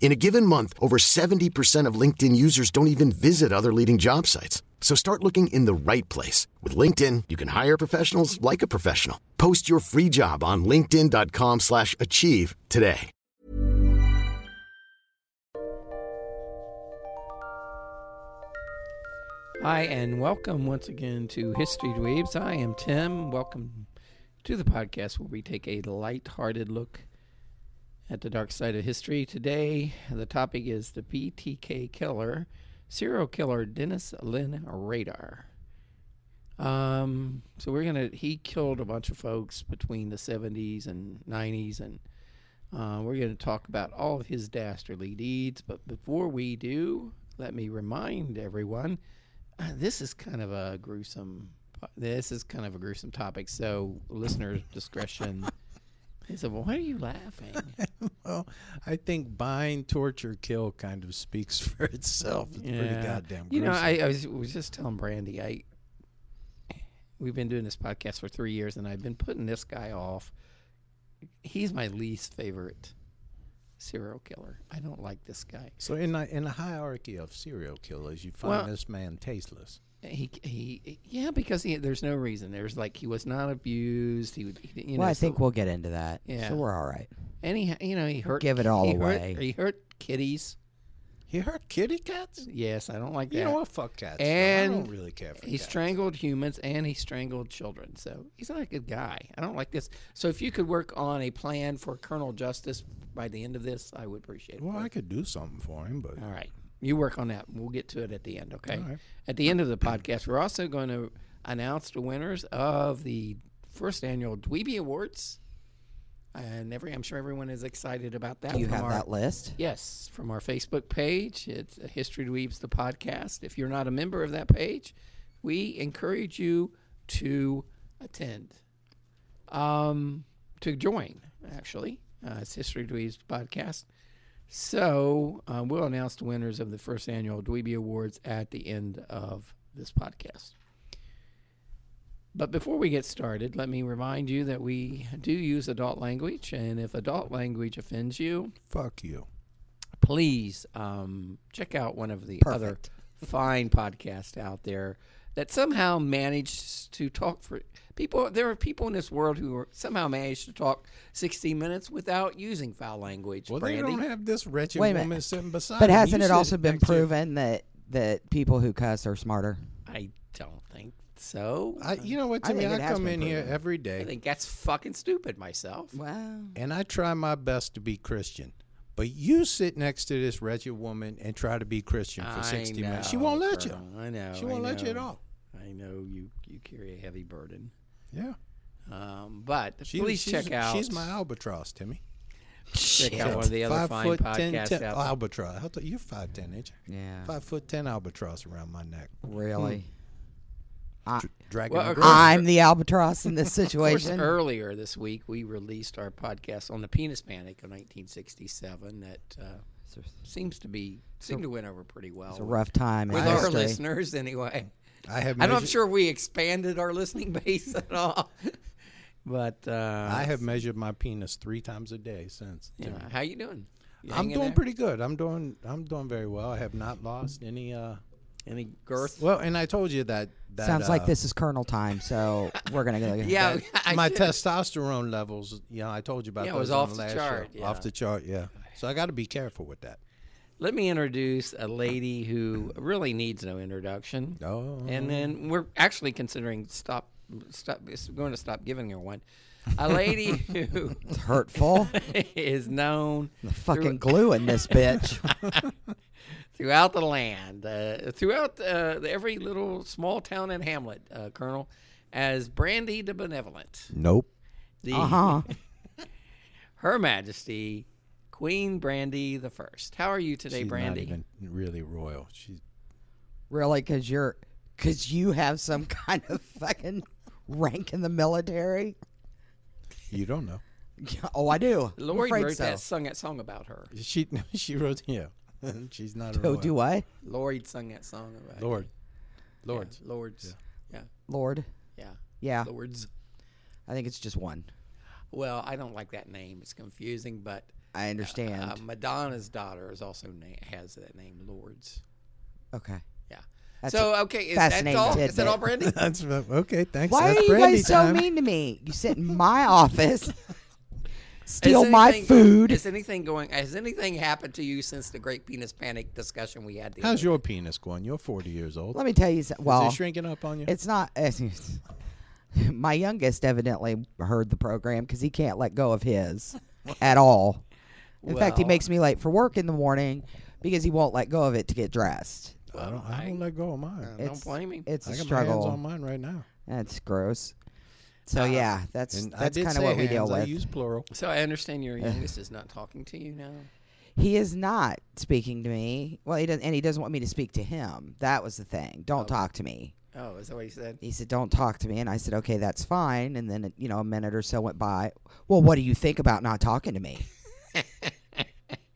In a given month, over 70% of LinkedIn users don't even visit other leading job sites. So start looking in the right place. With LinkedIn, you can hire professionals like a professional. Post your free job on linkedin.com slash achieve today. Hi, and welcome once again to History Dweebs. I am Tim. Welcome to the podcast where we take a light-hearted look at the dark side of history. Today, the topic is the BTK killer, serial killer Dennis Lynn Radar. Um, so we're gonna he killed a bunch of folks between the 70s and 90s, and uh, we're gonna talk about all of his dastardly deeds. But before we do, let me remind everyone uh, this is kind of a gruesome. This is kind of a gruesome topic, so listener discretion. He said, "Well, why are you laughing?" Well, I think bind, torture, kill kind of speaks for itself. It's pretty goddamn. Gruesome. You know, I, I was, was just telling Brandy, I we've been doing this podcast for three years, and I've been putting this guy off. He's my least favorite serial killer. I don't like this guy. so in the, in the hierarchy of serial killers, you find Well- this man tasteless. He, he, yeah, because he, there's no reason. There's like he was not abused. He would, he, you well, know, I so- think we'll get into that. Yeah. So we're all right. and he, you know, he hurt. give it all he hurt- away. he hurt kitties. He hurt kitty cats. Yes, I don't like that. You know what? Fuck cats. though. I And don't really care for he cats. strangled humans and he strangled children. So he's not a good guy. I don't like this. So if you could work on a plan for Colonel Justice by the end of this, I would appreciate it. Well, I could do something for him, but All right. You work on that. We'll get to it at the end, okay? At the end of the podcast, we're also going to announce the winners of the first annual Dweeby Awards. And every, I'm sure everyone is excited about that. Do you from have our- that list? Yes, from our Facebook page. It's uh, History Dweebs, the podcast. If you're not a member of that page, we encourage you to attend, um, to join, actually. Uh, it's History Dweebs podcast. So uh, we'll announce the winners of the first annual Dweeby Awards at the end of this podcast. But before we get started, let me remind you that we do use adult language, and if adult language offends you, fuck you. please um, check out one of the other fine podcasts out there that somehow managed to talk for people. There are people in this world who are somehow managed to talk 60 minutes without using foul language. Well, Brandy. they don't have this wretched Wait a woman minute. sitting beside. But him. You hasn't it sit also been next to- proven that that people who cuss are smarter? I don't think so. I, I, you know what, I Timmy? think I, it has come been in here proven. every day. think that's fucking stupid myself. Wow. and I try my best to be Christian. But you sit next to this wretched woman and try to be Christian for I 60 minutes. She know, won't let Colonel. you. I know. She I won't let you at know. all. I know you, you carry a heavy burden. Yeah. Um, but She- please she's- check out. She's my albatross, Timmy. check out one of the other five fine foot ten, podcasts ten out there. albatross. How th- you're five ten inch. Yeah. Five foot ten albatross around my neck. Really? I, Dragging Well, uh, a Hmm. of girl. I'm the albatross in this Of course, situation. earlier this week we released our podcast on the penis panic of 1967 that uh, seems to be seemed to win over pretty well. It's a rough time. in with our history. listeners anyway. I have I'm not measured- sure we expanded our listening base at all, but uh, I have measured my penis three times a day since. you know, how you doing? You I'm hanging doing there? pretty good. I'm doing I'm doing very well. I have not lost any uh Any girth? well and I told you that, that Sounds like uh, this is Colonel time, so we're gonna go. yeah, I my should- testosterone levels, you know, I told you about Yeah, it those was on off the last chart, show. Off yeah. the chart, yeah. So I got to be careful with that. Let me introduce a lady who really needs no introduction. Oh. And then we're actually considering stop, stop. Going to stop giving her one. a lady who It's hurtful. is known the fucking glue in this bitch. throughout the land, uh, throughout uh, every little small town and hamlet, uh, Colonel, as Brandy the Benevolent. Nope. The, Uh huh. Her Majesty, Queen Brandy the First. How are you today, She's Brandy? not even really royal. She's Really? Because you're, because you have some kind of fucking rank in the military. you don't know. Yeah, Oh, I do. I'm Lori afraid wrote so. that sung that song about her. She she wrote yeah. She's not a Oh, royal. do I, Lori sung that song about Lord. Lord. Lord. Lords. Yeah. Lord? yeah. Yeah, Lords. I think it's just one. Well, I don't like that name. It's confusing, but I understand. uh, Madonna's daughter is also na- has that name, Lords. okay. Yeah. That's so a okay, is that fascinating all? Is that tidbit. all, Brandy? That's about- okay. Thanks. Why That's are you brandy guys so time. mean to me? You sit in my office, Is steal my anything- food. Is anything going? Has anything happened to you since the Great Penis Panic discussion we had? The How's other your penis going? You're 40 years old. Let me tell you something. Well, Is it shrinking up on you? It's not. It's, my youngest evidently heard the program because he can't let go of his at all. In fact, he Well- makes me late for work in the morning because he won't let go of it to get dressed. I don't, I don't let go of mine. Don't blame him. It's I a got my hands on struggle. mine right now. That's gross. So yeah, that's Uh, And I that's did kind of say what we deal hands, I with. use plural. So I understand your youngest is not talking to you now. he is not speaking to me. Well, he doesn't, and he doesn't want me to speak to him. That was the thing. Don't talk to me. Oh, is that what he said? He said, "Don't talk to me," and I said, "Okay, that's fine." And then, you know, a minute or so went by. Well, what do you think about not talking to me?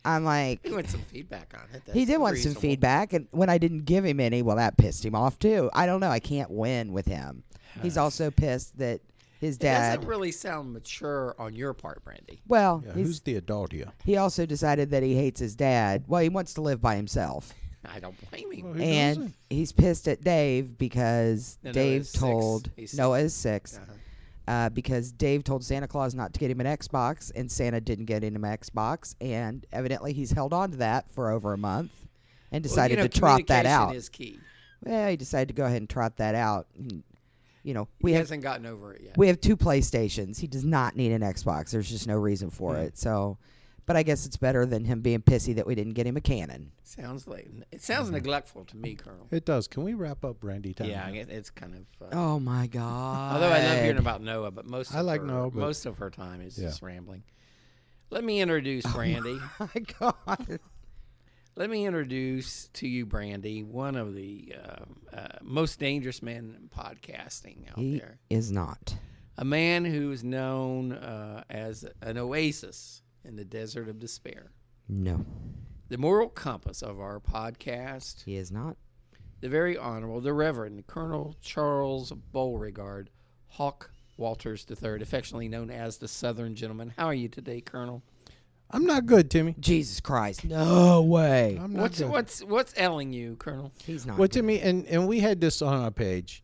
I'm like, He wants some feedback on it. he That's did want some reasonable. feedback, and when I didn't give him any, well, that pissed him off too. I don't know. I can't win with him. He's also pissed that his It doesn't dad. really sound mature on your part, Brandy. well, Yeah, he's, who's the adult here? he also decided that he hates his dad. Well, he wants to live by himself. I don't blame him. Well, who and doesn't? he's pissed at Dave because No, Dave Noah's six. told He's six. Uh-huh. Noah is 6 uh, because Dave told Santa Claus not to get him an Xbox, and Santa didn't get him an Xbox, and evidently he's held on to that for over a month, and decided well, you know, to trot that communication out. Is key. well, he decided to go ahead and trot that out. And, you know, He we have hasn't gotten over it yet. we have two PlayStations. He does not need an Xbox. There's just no reason for Hmm. it. So, but I guess it's better than him being pissy that we didn't get him a Canon. sounds like it sounds neglectful to me, Colonel. It does. Can we wrap up Brandy time? Mm-hmm. Yeah, I guess it's kind of. Uh, Oh my God! Although I love hearing about Noah, but most I of like her, Noah, but- most of her time is Yeah. just rambling. Let me introduce Brandy. Oh my God. Let me introduce to you, Brandy, one of the um, uh, most dangerous men in podcasting out He there. is not. A man who is known uh, as an oasis in the desert of despair. No, The moral compass of our podcast, he is not. the very honorable, the Reverend Colonel Charles Beauregard Hawk Walters III, affectionately known as the Southern Gentleman. How are you today, Colonel? I'm not good, Timmy. Jesus Christ. No way. I'm not What's good. what's what's ailing you, Colonel? He's not. Well, Timmy, and, and we had this on our page,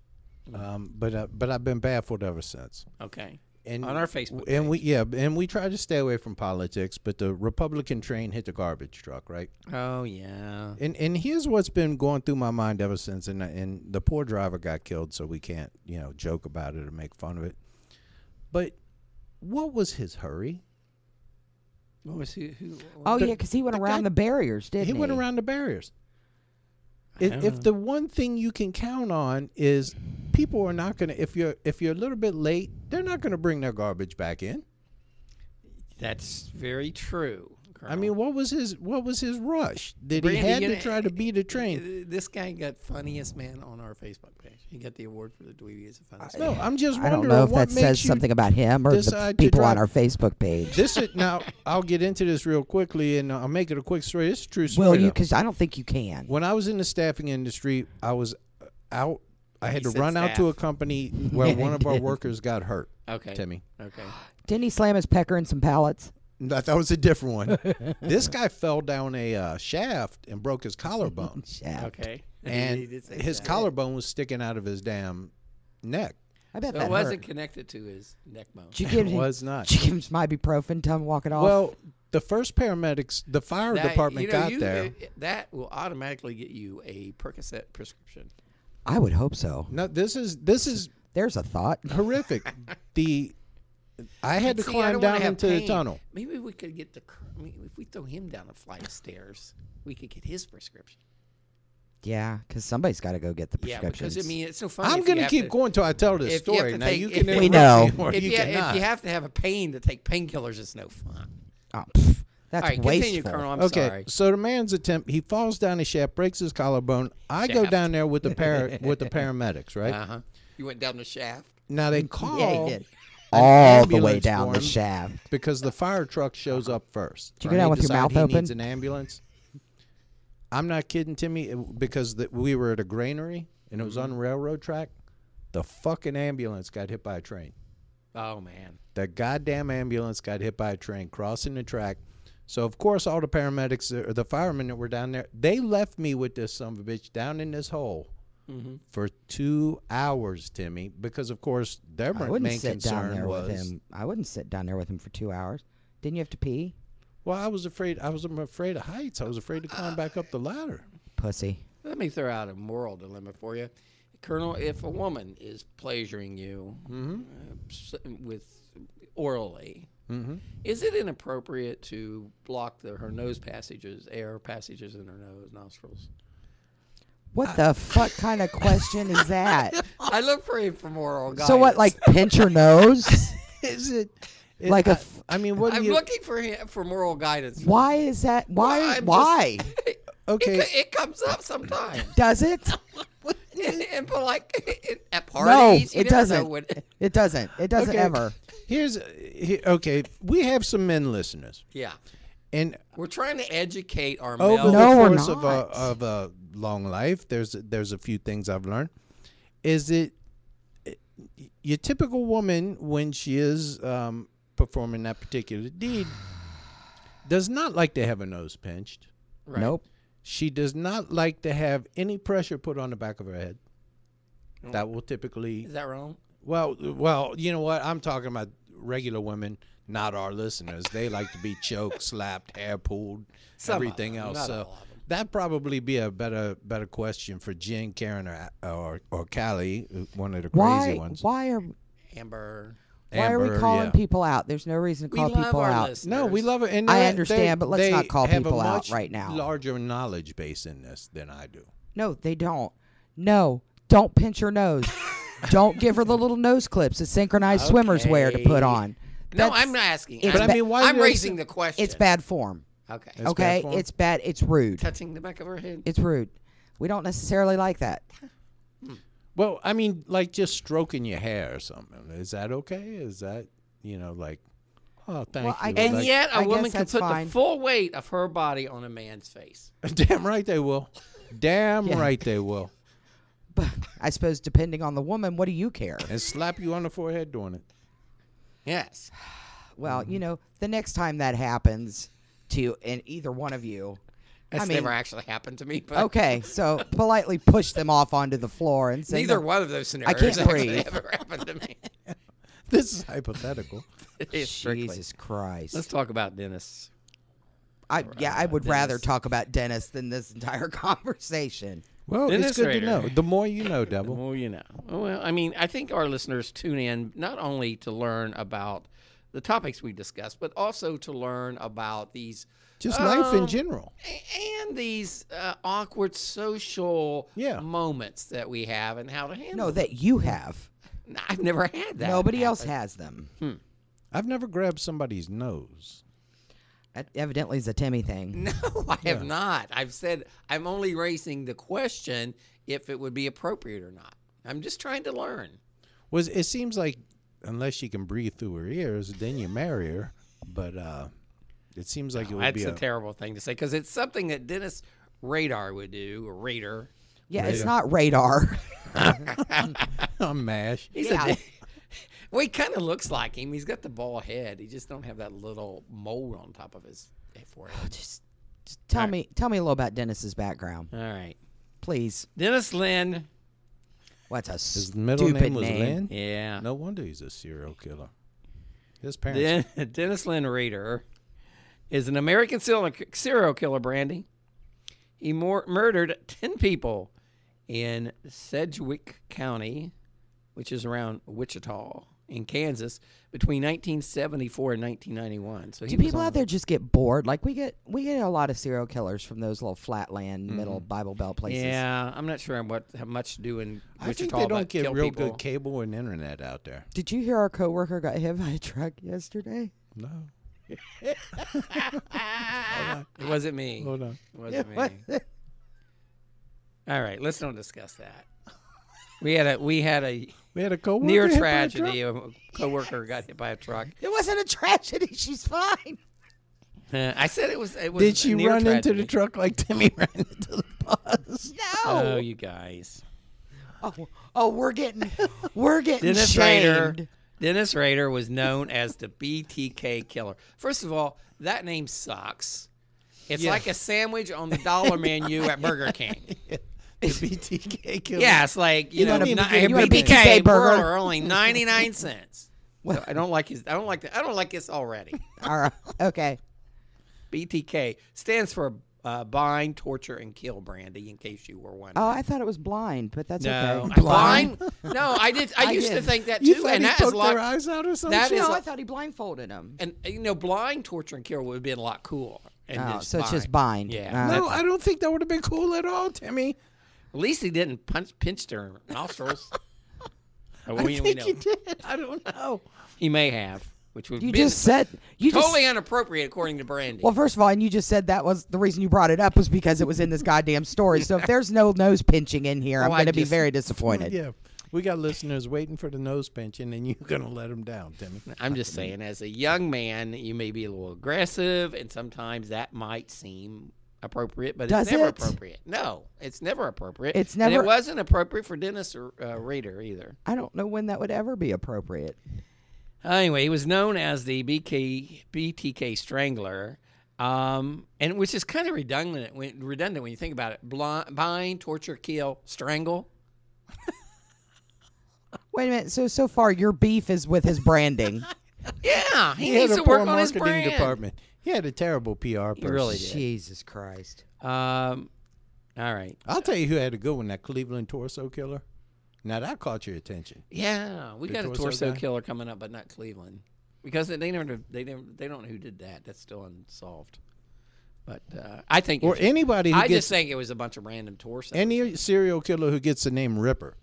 um, but uh, but I've been baffled ever since. Okay, And on our Facebook. and we yeah, and we try to stay away from politics, but the Republican train hit the garbage truck, right? Oh yeah. And and here's what's been going through my mind ever since. And and the poor driver got killed, so we can't you know joke about it or make fun of it. But what was his hurry? What was he? Who, oh the- yeah, because he went the around guy- the barriers, didn't he? he went around the barriers. I If, don't know. if the one thing you can count on is people are not gonna if you're if you're a little bit late, they're not gonna bring their garbage back in. That's very true. Colonel. I mean, what was his what was his rush? Did he Brandy, had you to know, try to beat a train? This guy got funniest man on our Facebook page. He got the award for the Dweebies of funniest. No, I'm just I wondering don't know if what that says makes you something about him or the decide to people on drive- our Facebook page. this is now I'll get into this real quickly and I'll make it a quick story. It's a true story. Will you? though. Because I don't think you can. when I was in the staffing industry, I was uh, out I had He to said run out to a staff. company where one of our workers got hurt. Okay. Timmy. Okay. Didn't he slam his pecker in some pallets? That, that was a different one. this guy fell down a uh, shaft and broke his collarbone, Yeah. Okay. He and did say his that. collarbone was sticking out of his damn neck. I bet So that it wasn't hurt. connected to his neck bone. Did you give It him? was not. Did you give him some ibuprofen? Tell him to walk it off. Well, the first paramedics, the fire That- department you know, got you- there. uh, that will automatically get you a Percocet prescription. I would hope so. no, this is this is There's a thought. horrific. the I had to See, I climb don't wanna down have into the pain. tunnel. Maybe we could get the. cr- I mean, if we throw him down a flight of stairs, we could get his prescription. Yeah, because somebody's got to go get the Yeah, prescriptions. because I mean, it's so funny. I'm if you gonna have keep to- going till I tell this if you have story. to Now take- you if can you- interrupt We know. me or If you you, if cannot. you have to have a pain to take painkillers, it's no fun. oh, pff, that's All right, wasteful. continue, Colonel. I'm okay, sorry. so the man's attempt, he falls down his shaft, breaks his collarbone. I go Shaft. down there with the para, with the paramedics, right? Uh huh. You went down the shaft. Now they call Yeah, he did. an All the way ambulance down for the him shaft. because the fire truck shows up first. Did you right? go down They with your decide mouth he Needs open? an ambulance. I'm not kidding, Timmy, it- because the, we were at a granary and it was Mm-hmm. on railroad track. The fucking ambulance got hit by a train. Oh man. The goddamn ambulance got hit by a train crossing the track. So of course all the paramedics or the firemen that were down there, they left me with this son of a bitch down in this hole Mm-hmm. for two hours, Timmy, because of course their I main wouldn't sit down concern there was. with him. I wouldn't sit down there with him for two hours. Didn't you have to pee, Well, I was afraid. I was afraid of heights. I was afraid to climb back up the ladder. pussy? Let me throw out a moral dilemma for you, Colonel. If a woman is pleasuring you Mm-hmm. uh, s- with orally, Mm-hmm. is it inappropriate to block the, her nose passages, air passages in her nose nostrils? What Uh, the fuck kind of question is that? I look for you for moral guidance. so what? Like pinch your nose? Is it, it- Like a I- f- I mean, what do I'm you? looking for him, for moral guidance. Why is that? Why? I'm just- why okay, It, it comes up sometimes. does it? and, and but like at No, parties, you it never know doesn't. when- It doesn't. It doesn't okay. ever. Here's he- okay. We have some men listeners, yeah, and we're trying to educate our over male. Oh, No, the we're course of a not. of a long life, there's there's a few things I've learned. Is it your typical woman when she is um, performing that particular deed does not like to have her nose pinched. Right. Nope. She does not like to have any pressure put on the back of her head. That will typically Is that wrong? well, well, you know what? I'm talking about regular women, not our listeners. They like to be choked, slapped, hair pulled, Some of everything them, else. not so all of them. that'd probably be a better better question for Jen, Karen, or or, or Callie, one of the crazy Why? ones. Why are? Why Amber. are Amber, we calling yeah. people out? There's no reason to We call love people our out. listeners. No, we love it. And I they're- they- understand, but let's not they call have a people out much right now. Larger knowledge base in this than I do. No, they don't. No, don't pinch her nose. don't give her the little nose clips that synchronized swimmers wear to Okay. put on. No, That's- I'm not asking. it's I'm, But I ba- mean, why do I'm you raising assume- the question. It's bad form. Okay. bad okay, form? it's bad. It's rude. Touching the back of her head. It's rude. We don't necessarily like that. Well, I mean, like just stroking your hair or something. Is that okay? Is that you know like? Oh, thank Well, I you. guess- and like- yet, a I woman guess can that's put fine. the full weight of her body on a man's face. Damn right they will. Damn right they will. But I suppose depending on the woman, what do you care? And slap you on the forehead doing it. Yes. Well, Mm-hmm. you know, the next time that happens to and either one of you, That's I mean, never actually happened to me. But okay, so politely push them off onto the floor and say, Neither "No, one of those scenarios can't actually breathe. ever happened to me. This is hypothetical. It's strictly- Jesus Christ. Let's talk about Dennis. I, yeah, I would rather Dennis. talk about Dennis than this entire conversation. Well, Then it's it's good to Raider. know. The more you know, devil. Well, you know. Well, I mean, I think our listeners tune in not only to learn about the topics we discuss, but also to learn about these Just life in Um, general. and these uh, awkward social Yeah. moments that we have and how to handle. No, that you have. them. I've never had that. Nobody else happen. has them. I've never grabbed somebody's nose. That evidently is a Timmy thing. No, I have not. I've said I'm only raising the question if it would be appropriate or not. I'm just trying to learn. Was it seems like unless she can breathe through her ears, then you marry her. But uh it seems like it would That's be a a- terrible thing to say because it's something that Dennis Radar would do, or Raider. Yeah, it's not radar. a mash. He's Yeah. a. well, he kind of looks like him. He's got the bald head. He just don't have that little mole on top of his forehead. just, just tell me, tell me a little about Dennis's background, All right, please. Dennis Lynn. What's a His middle stupid name was Lynn. Yeah. No wonder he's a serial killer. His parents Den- Dennis Lynn Rader is an American serial serial killer. Brandy. He mor- murdered ten people in Sedgwick County, which is around Wichita, in Kansas between 1974 and 1991. So he Do was people on- out there just get bored? Like we get we get a lot of serial killers from those little flatland Mm-hmm. middle Bible Belt places. Yeah, I'm not sure what how much to do in I think Wichita. they but don't get kill real people. good cable and internet out there. Did you hear our coworker got hit by a truck yesterday? No. It wasn't me. Hold on. It wasn't me. All right, let's don't discuss that. We had a we had a We had a coworker near hit by a truck? tragedy. A coworker got hit by a truck. It wasn't a tragedy. She's fine. Uh, I said it was. It was Did a she near run into the tragedy. truck like Timmy ran into the bus? Oh, No. you guys. Oh, oh, we're getting we're getting Dennis shamed. Rader. Dennis Rader was known as the BTK killer. First of all, that name sucks. It's like a sandwich on the dollar menu at Burger King. The BTK killer. Yeah, it's like you, You know, don't even not, get your BTK, BTK burger. burger are only ninety nine cents. So I don't like his. I don't like that. I don't like this already. All right. Okay. BTK stands for uh, bind, torture, and kill. Brandy, in case you were wondering. Oh, I thought it was blind, but that's no, okay. I- blind. No, I did. I, I used to did. think that too, You thought and he that is poked locked. their eyes out or something? that is no, I like- thought he blindfolded him. and you know, blind torture and kill would have been a lot cooler. And Oh, just so it's just bind. Yeah. Uh, That- No, I don't think that would have been cool at all, Timmy. At least he didn't punch pinched her nostrils. Uh, I we- we think know. you did. I don't know. He may have, which would You been just said you totally just inappropriate according to Brandy. well, first of all, and you just said that was the reason you brought it up was because it was in this goddamn story. So if there's no nose pinching in here, I'm Oh, I going to be just- very disappointed. Yeah, we got listeners waiting for the nose pinching, and you're gonna let them down, Timmy. I'm just saying, as a young man, you may be a little aggressive, and sometimes that might seem appropriate, but Does it's never it? appropriate. No, it's never appropriate. It's And never- it wasn't appropriate for Dennis or, uh, Rader either. I don't know when that would ever be appropriate. Anyway, he was known as the BK, BTK Strangler, um, and which is kind of redundant when, redundant when you think about it. Blind, bind, torture, kill, strangle. Wait a minute. So so far, your beef is with his branding. Yeah, he, He, had needs a to poor work on his marketing brand. department. He had a terrible PR person. He really did. Jesus Christ. Um, all right. I'll tell you who had a good one. That Cleveland torso killer. Now that caught your attention. Yeah, we The got a torso torso guy? killer coming up, but not Cleveland, because they never they never they don't know who did that. That's still unsolved. But uh, I think Or anybody who I gets just think it was a bunch of random torsos. any serial killer who gets the name Ripper.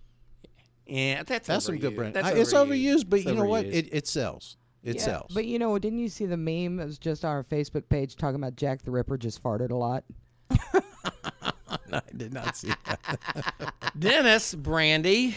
yeah, that's That's some good overused. brand. That's I- it's overused, but It's you know what? overused. It, it sells. It sells. But you know, didn't you see the meme that was just on our Facebook page talking about Jack the Ripper just farted a lot? I did not see that. Dennis Brandy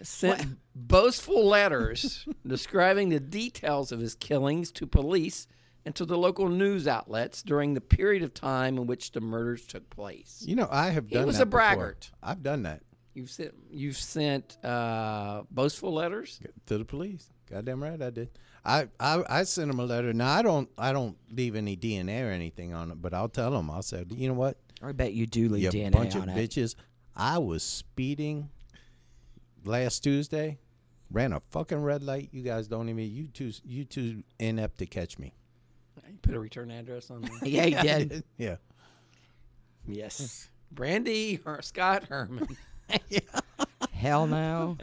sent boastful letters describing the details of his killings to police and to the local news outlets during the period of time in which the murders took place. You know, I have done. was that a braggart. Before. I've done that You've sent you've sent uh, boastful letters. to the police. Goddamn right, I did. I, I I sent them a letter. Now I don't I don't leave any DNA or anything on it, but I'll tell them. I'll say, you know what, I bet you do leave you DNA bunch on of it. bitches. I was speeding last Tuesday, ran a fucking red light. You guys don't even you two you two inept to catch me. You put a return address on there. Yeah, he did. Yeah. yes. Brandy or Scott Herman. Hell no.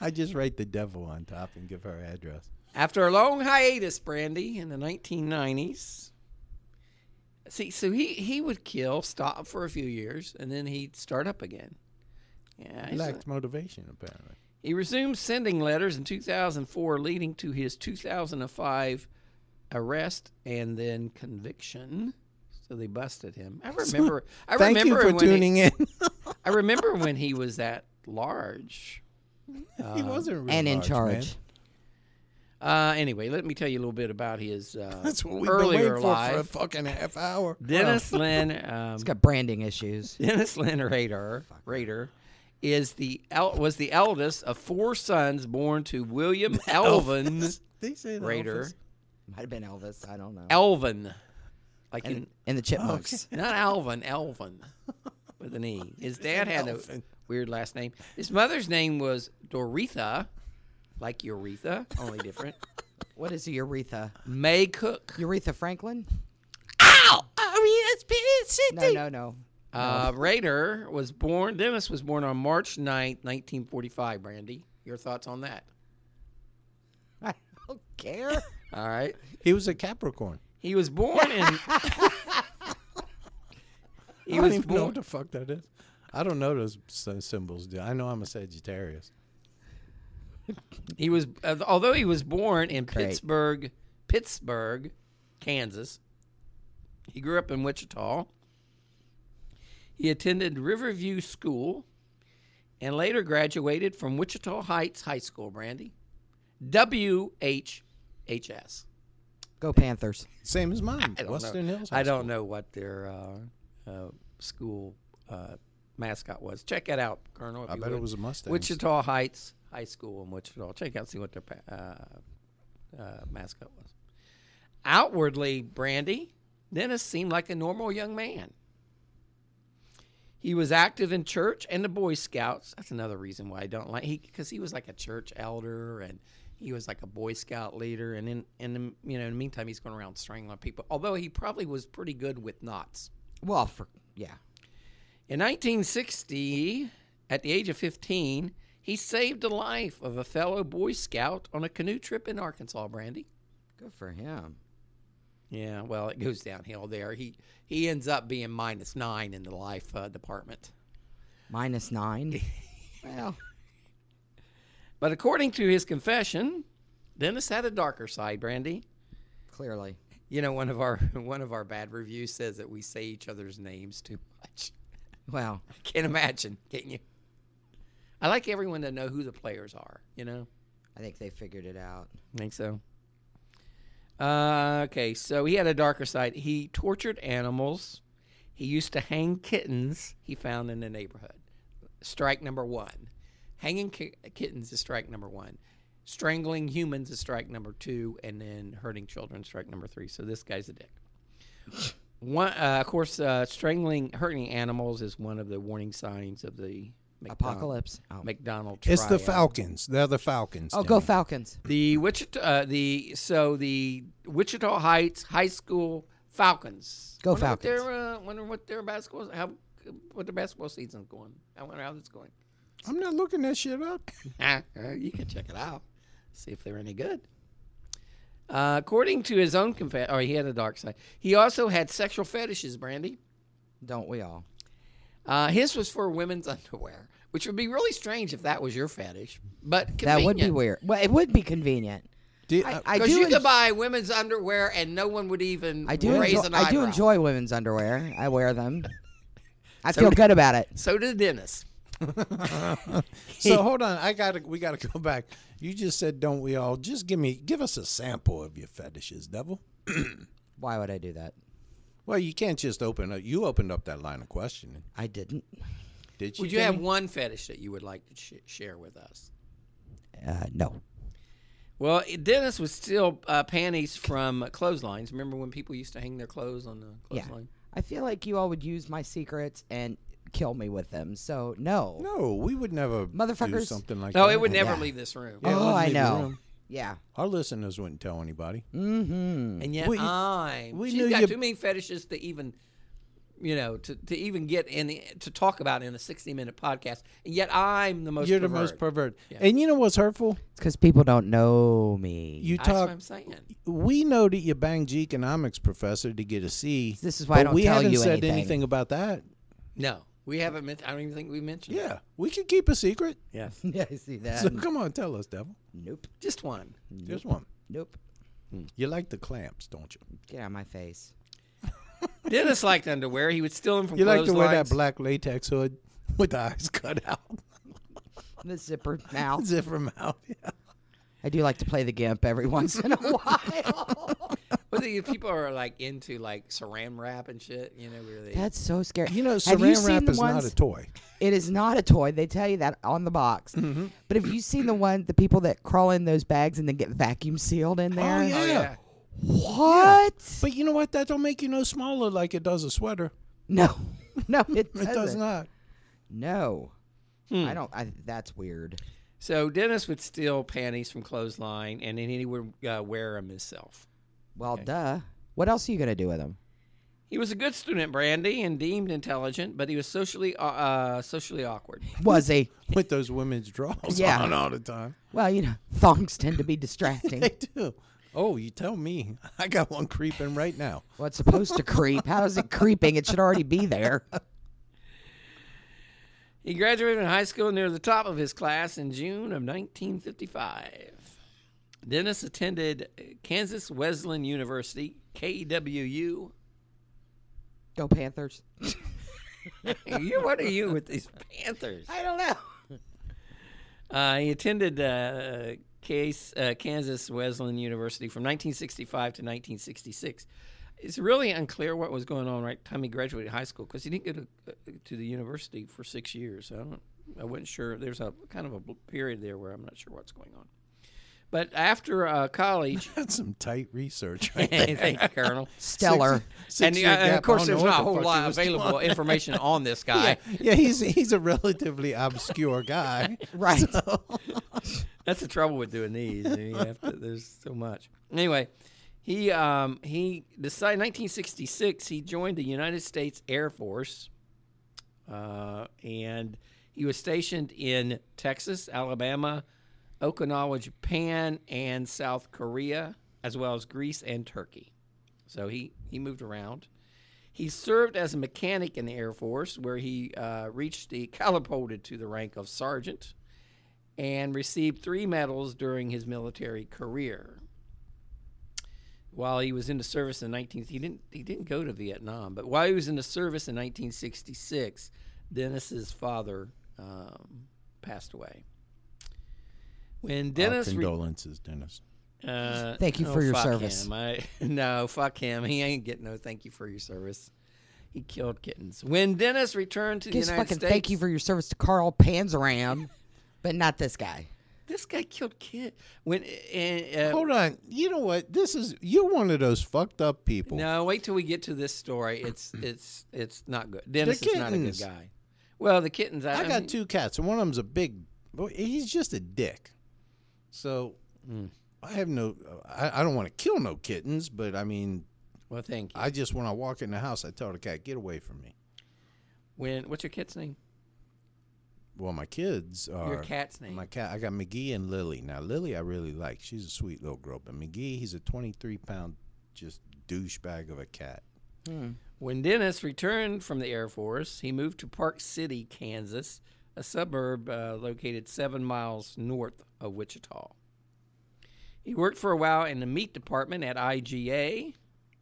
I just write the devil on top and give her address. After a long hiatus, Brandy, in the 1990s. See, so he, he would kill, stop for a few years, and then he'd start up again. Yeah, he's- Lacked motivation apparently. he resumed sending letters in 2004, leading to his 2005 arrest and then conviction. So they busted him. I remember. I Thank remember you for when he- tuning in. I remember when he was at large. he wasn't really and in large, man. charge. Uh, anyway, let me tell you a little bit about his uh, That's what we've been earlier waiting for for a life. fucking half hour. Dennis Lynn, um, He's got branding issues. Dennis Lynn Rader, Rader is the el- was the eldest of four sons born to William Elvin They say the Rader. office. Might have been Elvis. I don't know. Elvin, like in, and, and the Chipmunks. not Alvin, Elvin, with an E. His dad had a weird last name. His mother's name was Doretha, like Uretha, only different. What is Uretha? May Cook. Oh, Uretha Franklin? Ow! R-E-S-P-E-C-T. No, no, no. Uh, Um, Rader was born, Dennis was born on March 9th, 1945. Brandy, your thoughts on that? I don't care. All right. He was a Capricorn. He was born in. he I don't was even know what born. the fuck that is. I don't know those sy- symbols. Dude. I know I'm a Sagittarius. He was, uh, although he was born in Great. Pittsburgh, Pittsburgh, Kansas. He grew up in Wichita. He attended Riverview School, and later graduated from Wichita Heights High School. Brandy, WHHS. Go Panthers. Same as mine. I don't Western know. Hills. High I don't School. know what their uh, uh, school uh, mascot was. Check it out, Colonel. if I you bet it would. was a Mustang. Wichita Heights High School in Wichita. Check out, see what their pa- uh, uh, mascot was. Outwardly, Brandy Dennis seemed like a normal young man. He was active in church and the Boy Scouts. That's another reason why I don't like he because he was like a church elder and he was like a Boy Scout leader. And in and in, you know in the meantime he's going around strangling people. Although he probably was pretty good with knots. Well, for yeah. In 1960, at the age of 15, he saved the life of a fellow Boy Scout on a canoe trip in Arkansas, Brandy. Good for him. Yeah, well, it goes downhill there. He he ends up being minus nine in the life uh, department. Minus nine. well, But according to his confession, Dennis had a darker side, Brandy. clearly. You know, one of our one of our bad reviews says that we say each other's names too much. Well, Can't imagine, can you? I like everyone to know who the players are. You know. I think they figured it out. Think so. Uh, okay, so he had a darker side. He tortured animals. He used to hang kittens he found in the neighborhood. Strike number one. Hanging ki- kittens is strike number one. Strangling humans is strike number two, and then hurting children is strike number three. So this guy's a dick. One, uh, of course, uh, strangling, hurting animals is one of the warning signs of the McDonald, Apocalypse. Oh, McDonald. It's the triad. Falcons. They're the Falcons. oh go Denny. Falcons. The Wichita, uh, the so the Wichita Heights High School Falcons. Go wonder Falcons. What their, uh, wonder what their basketball how what their basketball season's going. I wonder how it's going. I'm not looking that shit up. Ah, uh, you can check it out, see if they're any good. Uh, according to his own confession, or he had a dark side. He also had sexual fetishes, Brandy. Don't we all? Uh, his was for women's underwear, which would be really strange if that was your fetish. But That would be convenient. weird. Well, it would be convenient. Did- I, uh, I Because do. you en- could buy women's underwear and no one would even I do. raise Enjoy, an eyebrow. I do enjoy women's underwear. I wear them. I So feel do- good about it. So did Dennis. so hold on. I gotta. We gotta go back. You just said, "Don't we all?" Just give me, give us a sample of your fetishes, devil. Why would I do that? Well, you can't just open up. You opened up that line of questioning. I didn't. Did you? Would you have Jimmy? one fetish that you would like to sh- share with us? Uh, no. Well, Dennis was still uh, panties from clotheslines. Remember when people used to hang their clothes on the Yeah. clothesline? I feel like you all would use my secrets and kill me with them. So no. Oh, No, we would never do Motherfuckers. something like No, that. it would never Yeah. leave this room. Yeah, it oh, wouldn't I leave the know. room. Yeah. Our listeners wouldn't tell anybody. Mm-hmm. And yet We- I'm. we she's knew got you- too many fetishes to even, you know, to, to even get in to talk about in a 60 minute podcast. And yet I'm the most. You're the pervert. most pervert. Yeah. And you know what's hurtful? It's because people don't know me. You That's what talk. I'm saying. We know that you banged your economics professor to get a C. This is why I but don't we tell haven't you said anything. about that. No, we haven't. Men- I don't even think we mentioned. it. Yeah, we could keep a secret. Yes. yeah, I see that. So come on, tell us, devil. nope. Just one. Mm-hmm. Just one. Nope. You like the clamps, don't you? Get out of my face. Dennis liked underwear. He would steal them from You like to wear that clotheslines. black latex hood with the eyes cut out, The zipper mouth. zipper mouth. Yeah. I do like to play the gimp every once in a while. Well, the people are like into like saran wrap and shit, you know, where they. That's so scary. You know, Have you saran seen wrap the is not ones, a toy. It is not a toy. They tell you that on the box. Mm-hmm. But have you seen the one, the people that crawl in those bags and then get vacuum sealed in there? Oh, yeah. What? But you know what? That don't make you no smaller like it does a sweater. No, no, it It doesn't. does not. Hmm. No, I don't. I, that's weird. So Dennis would steal panties from clothesline, and then he would uh, wear them himself. Well, duh. What else are you gonna do with them? He was a good student, Brandy, and deemed intelligent, but he was socially uh, uh, socially awkward. Was he? with those women's draws Yeah. on all the time. Well, you know, thongs tend to be distracting. They do. Oh, you tell me. I got one creeping right now. well, it's supposed to creep. How is it creeping? It should already be there. He graduated in high school near the top of his class in June of 1955. Dennis attended uh, Kansas Wesleyan University, KWU. Go Panthers. you, what are you with these Panthers? I don't know. Uh, he attended uh, Case, uh, Kansas Wesleyan University from 1965 to 1966. It's really unclear what was going on right time he graduated high school because he didn't go to, uh, to the university for six years. I don't, I wasn't sure. There's a kind of a bl- period there where I'm not sure what's going on. But after uh, college, That's some tight research right there. thank you, Colonel. Stellar. And, Six-year uh, and of gap. course, I don't there's know not a what the whole fuck he lot was available doing. information on this guy. Yeah, he's he's a relatively obscure guy. Right. That's the trouble with doing these. You have to, there's so much. Anyway, he um, he decided 1966 he joined the United States Air Force, uh, and he was stationed in Texas, Alabama, Okinawa, Japan, and South Korea, as well as Greece and Turkey. So he he moved around. He served as a mechanic in the Air Force, where he uh, reached the catapulted to the rank of sergeant and received three medals during his military career. While he was in the service in 19, he didn't he didn't go to Vietnam, but while he was in the service in 1966, Dennis's father um, passed away. When Dennis re- condolences, Dennis. uh, Thank you no, for your fuck service. him. I, no, fuck him. He ain't getting no thank you for your service. He killed kittens. When Dennis returned to Just the United fucking States, thank you for your service to Carl Panzeram, but not this guy. this guy killed kid. When and, uh, Hold on. You know what? This is you're one of those fucked up people. No, wait till we get to this story. It's it's it's not good. Dennis is not a good kittens. guy. Well, the kittens. I, I got mean, two cats, and one of them's a big. boy, He's just a dick. So Hmm. I have no. I, I don't want to kill no kittens, but I mean, Well, thank you. I just when I walk in the house, I tell the cat, "Get away from me." When what's your kit's name? Well, my kids are Your cat's name. Uh, My cat. I got McGee and Lily. Now Lily, I really like. She's a sweet little girl, but McGee, he's a 23 pound just douchebag of a cat. When Dennis returned from the Air Force, he moved to Park City, Kansas, a suburb uh, located seven miles north of Wichita. He worked for a while in the meat department at IGA,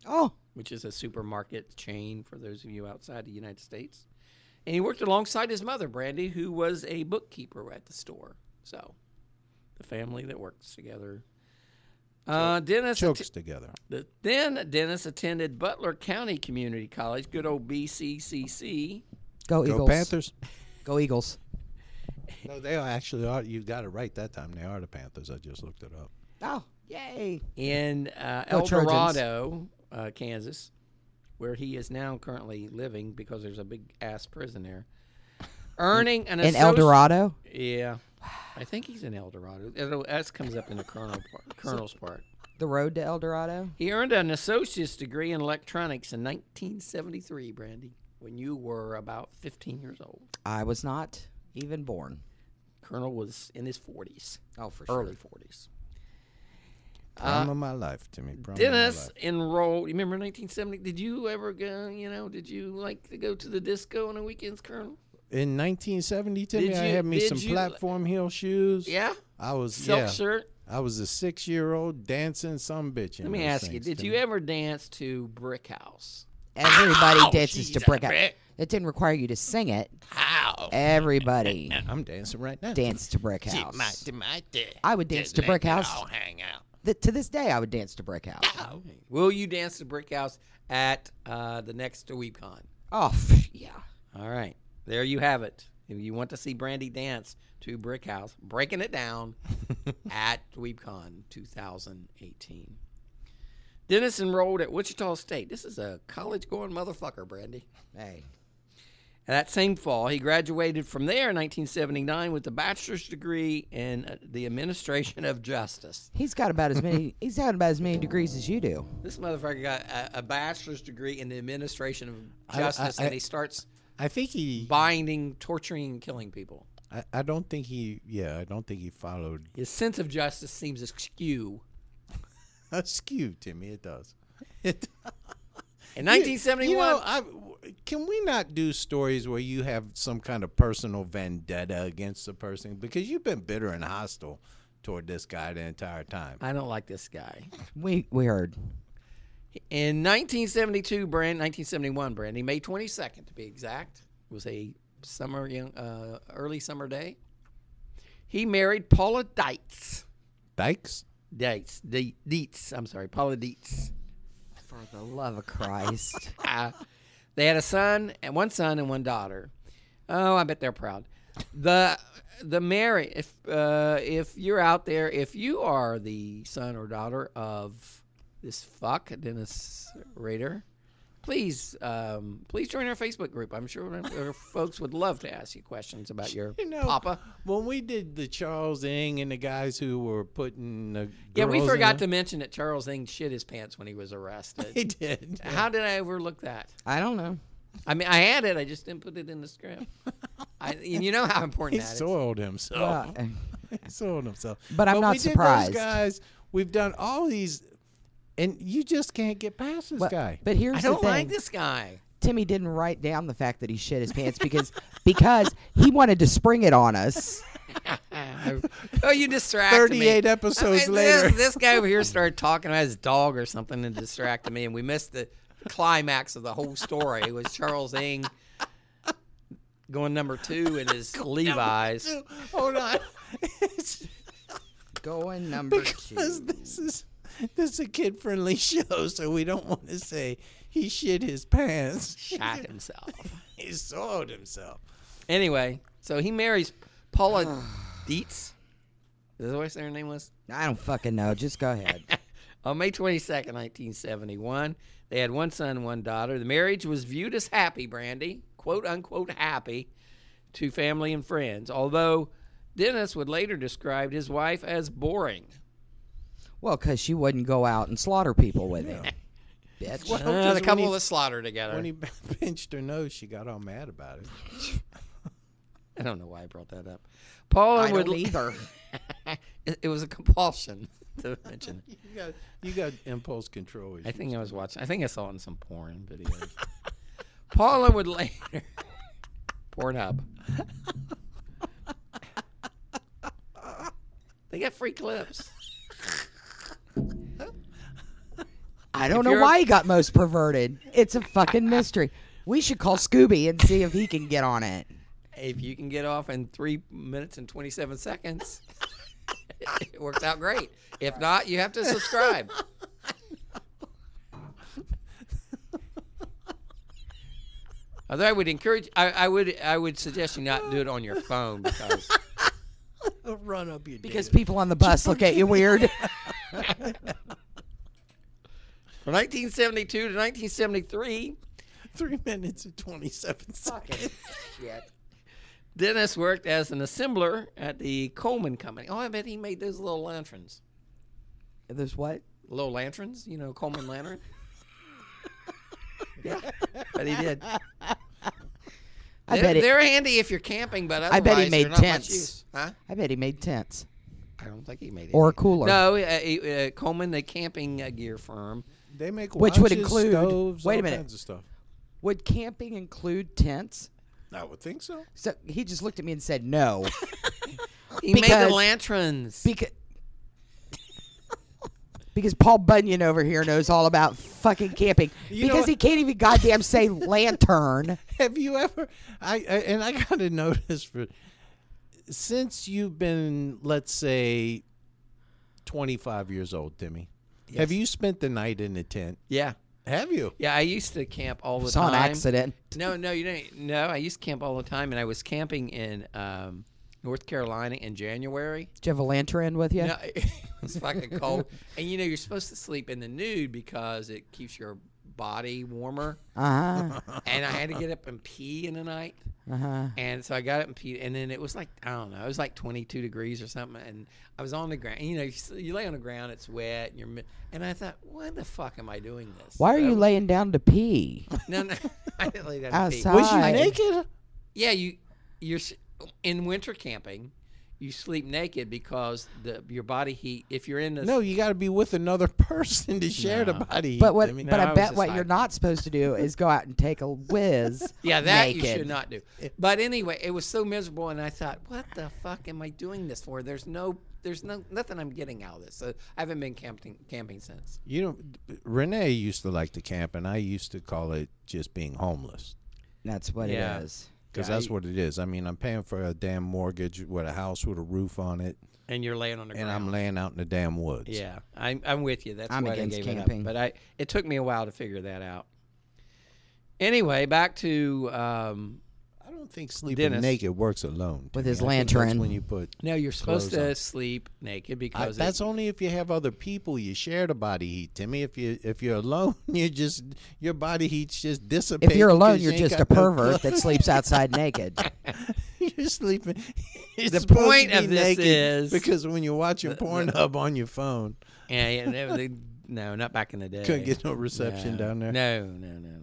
Oh, which is a supermarket chain for those of you outside the United States. And he worked alongside his mother, Brandy, who was a bookkeeper at the store. So, the family that works together. Uh, Dennis Chokes atti- together. the- then Dennis attended Butler County Community College, good old BCCC. go, Go Eagles. Panthers. Go Eagles. No, they are actually are. You got it right that time. They are the Panthers. I just looked it up. Oh, yay. in uh, El Go Trojans. Dorado, uh, Kansas, where he is now currently living because there's a big ass prison there. Earning an In El associ- Dorado? Yeah, I think he's in El Dorado. It'll- S comes up in the colonel part, colonel's part. The road to El Dorado? He earned an associate's degree in electronics in 1973, Brandy, when you were about 15 years old. I was not even born. Colonel was in his 40s, Oh, for early 40s. Prime of my life, Timmy. Prime of my Uh, Dennis life. enrolled. You remember 1970? Did you ever go? You know, did you like to go to the disco on the weekends, Colonel? In 1970, Timmy, Did I you- had me did some you- platform heel shoes. Yeah, I was silk yeah. shirt. I was a six year old dancing some bitch. in Let me those ask you: things, Did Timmy. you ever dance to Brick House? Everybody Ow, dances to jeez, brick I house. bet. It didn't require you to sing it. How? Everybody I'm dancing right now. danced to brick house. I would dance to brick house. hang out. Th- to this day, I would dance to brick house. Will you dance to Brick House at uh, the next WeCon? Oh, pff, yeah. All right, there you have it. If you want to see Brandy dance to Brick House, breaking it down at WeebCon 2018. Dennis enrolled at Wichita State. This is a college going motherfucker, Brandy. Hey, And that same fall, he graduated from there in 1979 with a bachelor's degree in uh, the administration of justice. He's got about as many. he's got about as many degrees as you do. This motherfucker got a, a bachelor's degree in the administration of I- I- justice, I- and he starts I think he. binding, torturing, and killing people. I, I don't think he. Yeah, I don't think he followed. His sense of justice seems askew. Askew, Timmy. It does. It In You 1971, know, I, can we not do stories where you have some kind of personal vendetta against a person because you've been bitter and hostile toward this guy the entire time? I don't like this guy. We we heard. In 1972, Brand, 1971, Brandy, May 22nd to be exact, was a summer, young, uh, early summer day. He married Paula Dietz. Dykes. Dietz, De- Dietz, I'm sorry, Paula Dietz. For the love of Christ. Ah. they had a son and one son and one daughter. Oh, I bet they're proud. The the marriage. If uh, if you're out there, if you are the son or daughter of this fuck Dennis Rader, please um, please join our Facebook group. I'm sure our folks would love to ask you questions about your You know, papa. When we did the Charles Ng and the guys who were putting the Yeah, we girls in forgot the- to mention that Charles Ng shit his pants when he was arrested. They did. How did I overlook that? I don't know. I mean, I had it. I just didn't put it in the script. I, and you know how He important that is. soiled Oh, himself. Uh, he soiled himself. But I'm not we did those surprised. guys, we've done all these, and you just can't get past this but, guy. but here's I don't the thing. like this guy. Timmy didn't write down the fact that he shit his pants because because he wanted to spring it on us. oh, you distracted me. 38 episodes I- later. This, this guy over here started talking about his dog or something and distracted me, and we missed the climax of the whole story. It was Charles Ng going number two in his Levi's. Hold on. It's- Going number because two. this is this is a kid friendly show, so we don't want to say he shit his pants. Shot himself. he soiled himself. Anyway, so he marries Paula Dietz. Is that what her name was? I don't fucking know. Just go ahead. On May 22nd, 1971, they had one son and one daughter. The marriage was viewed as happy, Brandy, quote unquote happy, to family and friends, although Dennis would later describe his wife as boring. Well, because she wouldn't go out and slaughter people with him. Bitch. Well, Uh, the 'cause couple when he, was slaughtered together. when he pinched her nose, she got all mad about it. I don't know why I brought that up. Paula I would don't either. it, it was a compulsion to mention. it. You got you got impulse control. I issues. think I was watching. I think I saw it in some porn videos. Paula would later. Pornhub. they got free clips. I don't know you're- why he got most perverted. It's a fucking mystery. We should call Scooby and see if he can get on it. If you can get off in three minutes and 27 seconds, it works out great. If not, you have to subscribe. Although I would encourage, I, I would, I would suggest you not do it on your phone because run up your Because people on the bus look at you weird. From 1972 to 1973, three minutes and twenty seven seconds. Dennis worked as an assembler at the Coleman Company. Oh, I bet he made those little lanterns. There's what? Little lanterns, you know, Coleman lantern. yeah, but he did. I they're, bet it, they're handy if you're camping, but otherwise I bet he made they're not much tents. use. Huh? I bet he made tents I don't think he made it. or a cooler. No, uh, uh, Coleman, the camping uh, gear firm. They make Which would watches, include- stoves, wait a all minute. kinds of stuff. Would camping include tents? I would think so. So he just looked at me and said no. He made Because- the lanterns. Because because Paul Bunyan over here knows all about fucking camping. You know because what? he can't even goddamn say lantern. Have you ever? I, I and I got to notice for since you've been, let's say, twenty five years old, Timmy. Have you spent the night in a tent? yeah, Have you? yeah. I used to camp all the It's time. on accident. No, no, you don't. No, I used to camp all the time, and I was camping in um, North Carolina in January. Do you have a lantern with you? No, it was fucking cold, and you know you're supposed to sleep in the nude because it keeps your body warmer, Uh huh. and I had to get up and pee in the night. Uh huh. And so I got up and peed, and then it was like I don't know, it was like 22 degrees or something, and I was on the ground. You know, you, s- you lay on the ground, it's wet, and you're, mi- and I thought, why the fuck am I doing this? Why are But I you was- laying down to pee? No, no, I didn't lay down. to pee. Outside. Was she Hi. naked? Yeah, you you're s- in winter camping. You sleep naked because the your body heat. If you're in the No, you got to be with another person to share the body. But what? I mean, but No, I I was bet just what like- you're not supposed to do is go out and take a whiz. yeah, that naked. you should not do. But anyway, it was so miserable, and I thought, what the fuck am I doing this for? There's no, there's no nothing I'm getting out of this. So I haven't been camping camping since. you know, Renee used to like to camp, and I used to call it just being homeless. That's what Yeah. it is. Because Yeah, that's I- what it is. I mean, I'm paying for a damn mortgage with a house with a roof on it, And you're laying on the and ground. I'm laying out in the damn woods. yeah, I'm I'm with you. That's I'm why against I gave camping. it up. But I it took me a while to figure that out. Anyway, back to um, I don't think sleeping Dennis. naked works alone. to With me. his I think that's lantern. when you put no, you're supposed Clothes to on. sleep naked I- because it- that's only if you have other people you share the body heat, Timmy. If you if you're alone, you just your body heat's just dissipates. If you're alone, 'cause you you're ain't just a got no pervert that sleeps outside naked. you're sleeping. You're The supposed to point be of this naked is- because when you're watching Pornhub on your phone, Yeah, yeah no, they, no, not back in the day. couldn't get no reception No, down there. No, no, no, no, no.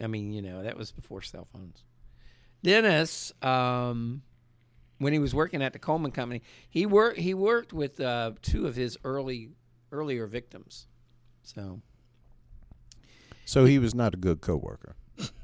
I mean, you know, that was before cell phones. Dennis, um, when he was working at the Coleman Company, he worked he worked with uh, two of his early earlier victims. So, So he was not a good coworker.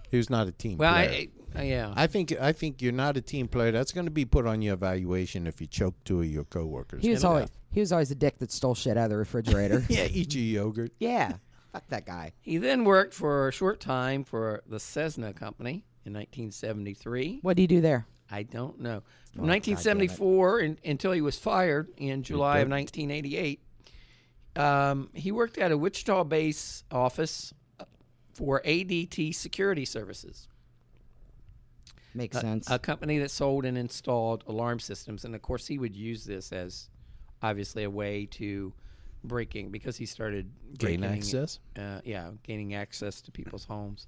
He was not a team well, player. I, I, yeah, I think I think you're not a team player. That's going to be put on your evaluation if you choke two of your coworkers. He was always he was always a dick that stole shit out of the refrigerator. yeah, eat your yogurt. yeah, fuck that guy. he then worked for a short time for the Cessna Company in 1973. What do you do there? I don't know. From 1974 and, until he was fired in July of 1988, um, he worked at a Wichita base office uh, for ADT Security Services, Makes Uh, a, sense. a company that sold and installed alarm systems. And of course, he would use this as obviously a way to breaking because he started Gain breaking- access? Uh, yeah, gaining access to people's homes.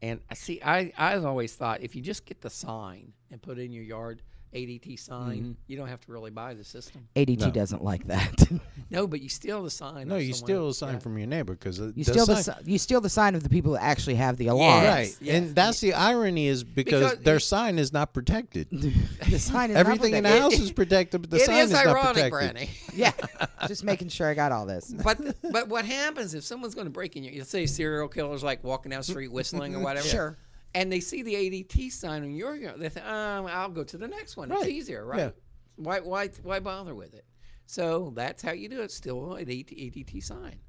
And I see, I I've always thought if you just get the sign and put it in your yard ADT sign, Mm-hmm. you don't have to really buy the system. ADT doesn't like that. No, but you steal the sign. No, of you someone- steal a sign from your neighbor because You steal the si- you steal the sign of the people that actually have the alarm. Yeah. right, Yes, yes. and that's the irony is because, Because their it- sign is not protected. The sign is not Everything in the protected. house is protected, but the It sign is not ironic, protected. Brandy. Yeah, just making sure I got all this. But but what happens if someone's going to break in your? Let's say serial killers like walking down the street whistling or whatever. Sure. And they see the ADT sign on your yard. They think, um, I'll go to the next one. It's Right. easier, right? Yeah. Why why why bother with it? So that's how you do it. Still an AT, ADT sign.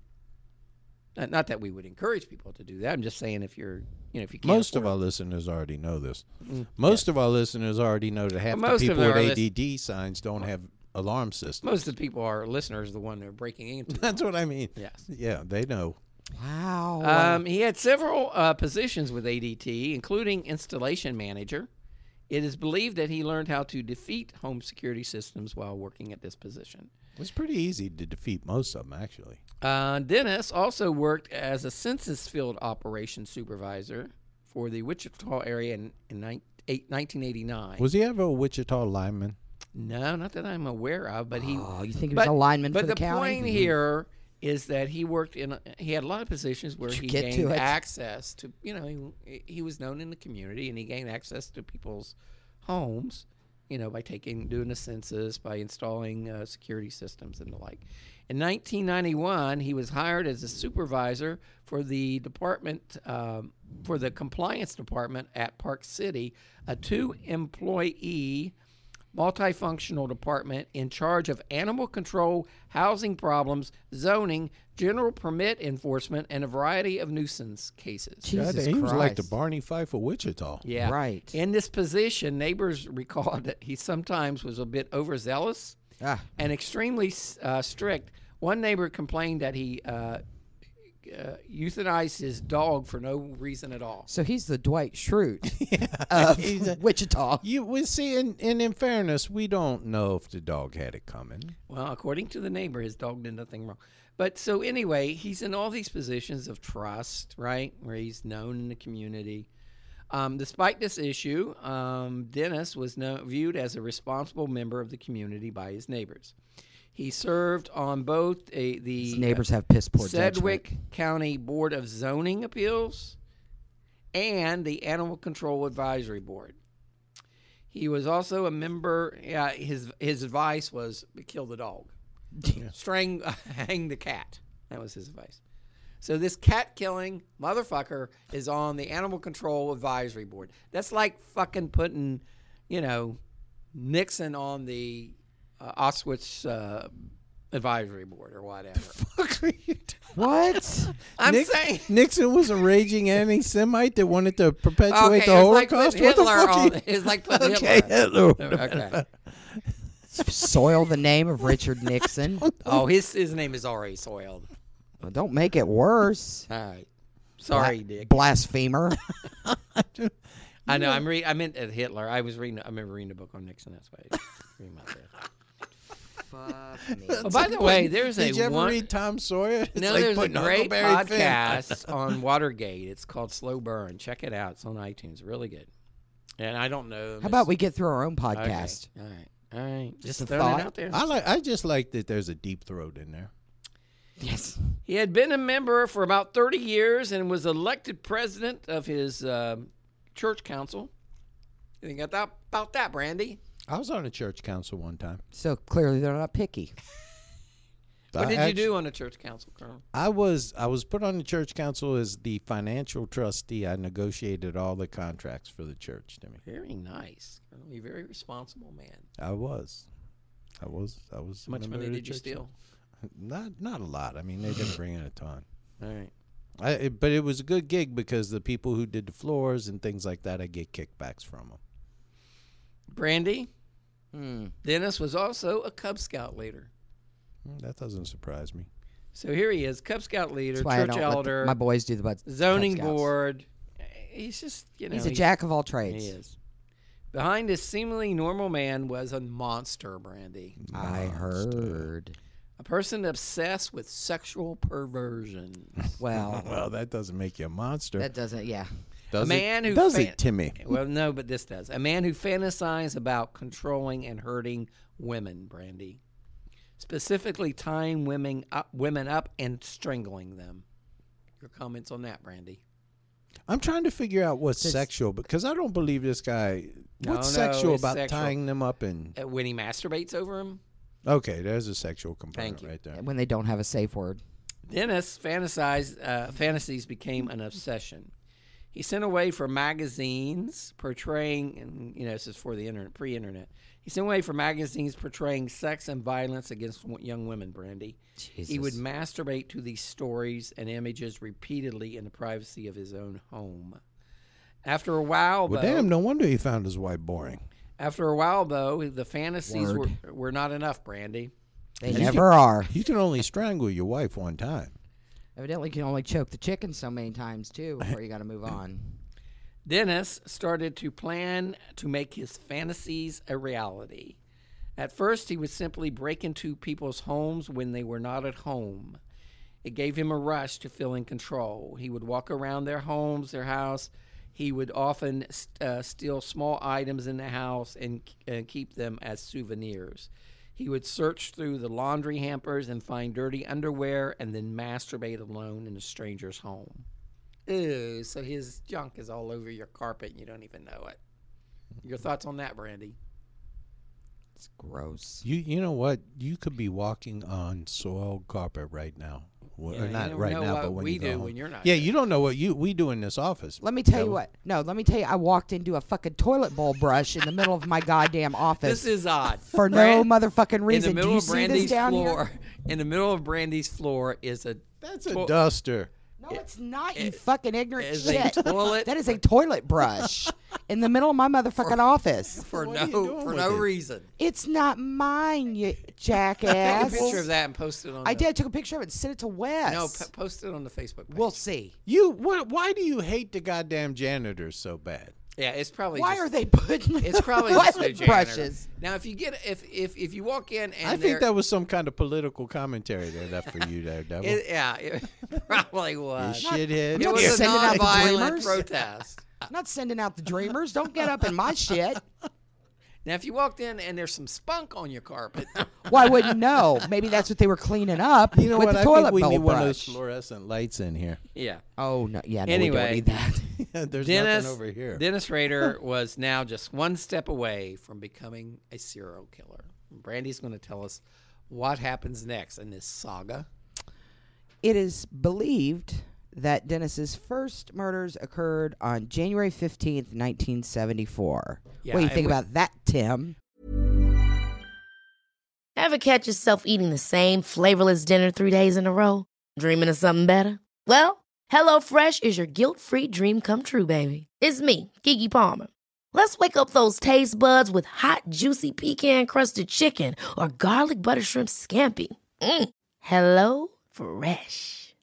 Not, not that we would encourage people to do that. I'm just saying if you're you know if you can't Most of afford- our listeners already know this. Most of our listeners already know that half Well, Mm. most the of people with our ADD lis- signs don't have alarm systems. most of the people our listeners are the one they're breaking into. That's what I mean. yes. Yeah, they know. Uh, Wow. Um, he had several uh, positions with ADT, including installation manager. It is believed that he learned how to defeat home security systems while working at this position. It's pretty easy to defeat most of them, actually. Uh, Dennis also worked as a census field operations supervisor for the Wichita area in, in nine- eight- 1989. Was he ever a Wichita lineman? no, not that I'm aware of, but he oh, you think he was a lineman but for the, county? Mm-hmm. point here is that he worked in. A, he had a lot of positions where Did you he get to gained it? access to. You know, he, he was known in the community, and he gained access to people's homes. You know, by taking doing the census, by installing uh, security systems and the like. In 1991, he was hired as a supervisor for the department um, for the compliance department at Park City, a two-employee multifunctional department in charge of animal control, housing problems, zoning, general permit enforcement, and a variety of nuisance cases. Jesus God, he Christ. was like the Barney Fife of Wichita. Yeah. Right. In this position, neighbors recalled that he sometimes was a bit overzealous Ah, and extremely uh, strict. One neighbor complained that he uh, uh, euthanized his dog for no reason at all. so he's the Dwight Schrute of Wichita. You we see, and, and in fairness, we don't know if the dog had it coming. Well, according to the neighbor, his dog did nothing wrong. But so anyway, he's in all these positions of trust, right, where he's known in the community. Um, despite this issue, um, Dennis was no, viewed as a responsible member of the community by his neighbors. He served on both a, the His neighbors have piss poor Sedgwick judgment. County Board of Zoning Appeals and the Animal Control Advisory Board. He was also a member. Uh, his his advice was kill the dog, string, hang the cat. That was his advice. So this cat killing motherfucker is on the Animal Control Advisory Board. That's like fucking putting, you know, Nixon on the uh, Auschwitz uh, Advisory Board or whatever. Fuck are you doing? What? I'm Nix- saying. Nixon was a raging anti-Semite that wanted to perpetuate Okay, the it's like Holocaust. putting what the Hitler fuck? on. are you- It's like putting okay, Hitler. Hitler. Okay. Soil the name of Richard Nixon. Oh, his his name is already soiled. Well, don't make it worse. All right. Sorry, Dick. Blasphemer. I know. I'm re- I meant at Hitler. I was reading. I remember reading a book on Nixon. That's why. I reading about that. Fuck me. Oh, by the way, there's Did a you ever one. read Tom Sawyer? It's no, like there's a putting great Huckleberry Finn. podcast on Watergate. It's called Slow Burn. Check it out. It's on iTunes. Really good. And I don't know. How about we get through our own podcast? All right. All right. Just, a throwing thought. it out there. I like. I just like that. There's a deep throat in there. Yes. He had been a member for about 30 years and was elected president of his um church council. You think about that- about that, Brandy? I was on a church council one time. So clearly they're not picky. What I did you actu- do on the church council, Colonel? I was I was put on the church council as the financial trustee. I negotiated all the contracts for the church. To me, Very nice. Colonel. You're a very responsible man. I was, I was, I was. How a much member money of the did you church steal? council. Not not a lot. I mean, they didn't bring in a ton. All right. I, it, but it was a good gig because the people who did the floors and things like that, I get kickbacks from them. Brandy, Hmm. Dennis was also a Cub Scout leader. Hmm, That doesn't surprise me. So here he is, Cub Scout leader, That's why I church don't let the- elder, my boys do the bud- zoning Cub Scouts. board. He's just, you know, He's a jack of all trades. He is. Behind this seemingly normal man was a monster, Brandy. I heard. A person obsessed with sexual perversion. Well, Well, that doesn't make you a monster. that doesn't. Yeah. does a man it, who does fan- it to me? well, no, but this does. A man who fantasized about controlling and hurting women, Brandy. Specifically, tying women up, women up and strangling them. Your comments on that, Brandy? I'm trying to figure out what's It's- sexual because I don't believe this guy. No, What's no, sexual it's about sexual. tying them up and? Uh, when he masturbates over him, Okay, there's a sexual component Thank you. right there. When they don't have a safe word. Dennis fantasized, uh, fantasies became an obsession. He sent away for magazines portraying, and you know, this is for the internet, pre-internet. He sent away for magazines portraying sex and violence against w- young women. Brandy, he would masturbate to these stories and images repeatedly in the privacy of his own home. After a while, Well, though, damn, no wonder he found his wife boring. after a while though, the fantasies were, Word. were not enough. Brandy, They You never are. You can only strangle your wife one time. Evidently, you can only choke the chicken so many times too before you got to move on. Dennis started to plan to make his fantasies a reality. At first, he would simply break into people's homes when they were not at home. It gave him a rush to feel in control. He would walk around their homes, their house. He would often uh, steal small items in the house and uh, keep them as souvenirs. He would search through the laundry hampers and find dirty underwear and then masturbate alone in a stranger's home. Ew, so his junk is all over your carpet and you don't even know it. Your thoughts on that, Brandy? It's gross. You you know what? You could be walking on soiled carpet right now. Well, Yeah, or you not don't right know now, what but when we you go do home. when you're not Yeah, there. you don't know what you we do in this office. Let me tell you Devil. what. No, let me tell you. I walked into a fucking toilet bowl brush in the middle of my goddamn office This is odd. for no Bran- motherfucking In the reason. Do middle you of see Brandy's this down floor, here? in the middle of Brandy's floor is a That's a Well- duster. No, it's not. You fucking ignorant is a shit. toilet- That is a toilet brush in the middle of my motherfucking office. for What are you no doing for with no it? reason. It's not mine, you Take a jackass. picture of that and post it on. I the, did. I took a picture of it and sent it to Wes. No, p- post it on the Facebook. Page. we'll see. You what? Why do you hate the goddamn janitors so bad? Yeah, it's probably. Why just- are they putting It's probably just their toilet janitor. brushes? Now, if you get if if if you walk in and I they're- think that was some kind of political commentary there, that for you there, Devil. it, yeah, it probably you was. shithead. It Not was a sending out the non-violent dreamers? protest. I'm not sending out the dreamers. Don't get up in my shit. Now, if you walked in and there's some spunk on your carpet, Well, I wouldn't know. Maybe that's what they were cleaning up You know with what? the I toilet think we bowl need brush. one of those fluorescent lights in here. yeah. oh no, yeah. No, Anyway. we don't need that. There's Dennis nothing over here. Dennis Rader was now just one step away from becoming a serial killer. Brandy's going to tell us what happens next in this saga. It is believed that Dennis's first murders occurred on January 15th, 1974. Yeah, what do you I think would- about that, Tim? Ever catch yourself eating the same flavorless dinner three days in a row? Dreaming of something better? Well, HelloFresh is your guilt free dream come true, baby. It's me, Gigi Palmer. Let's wake up those taste buds with hot, juicy pecan crusted chicken or garlic butter shrimp scampi. Mm. Hello Fresh.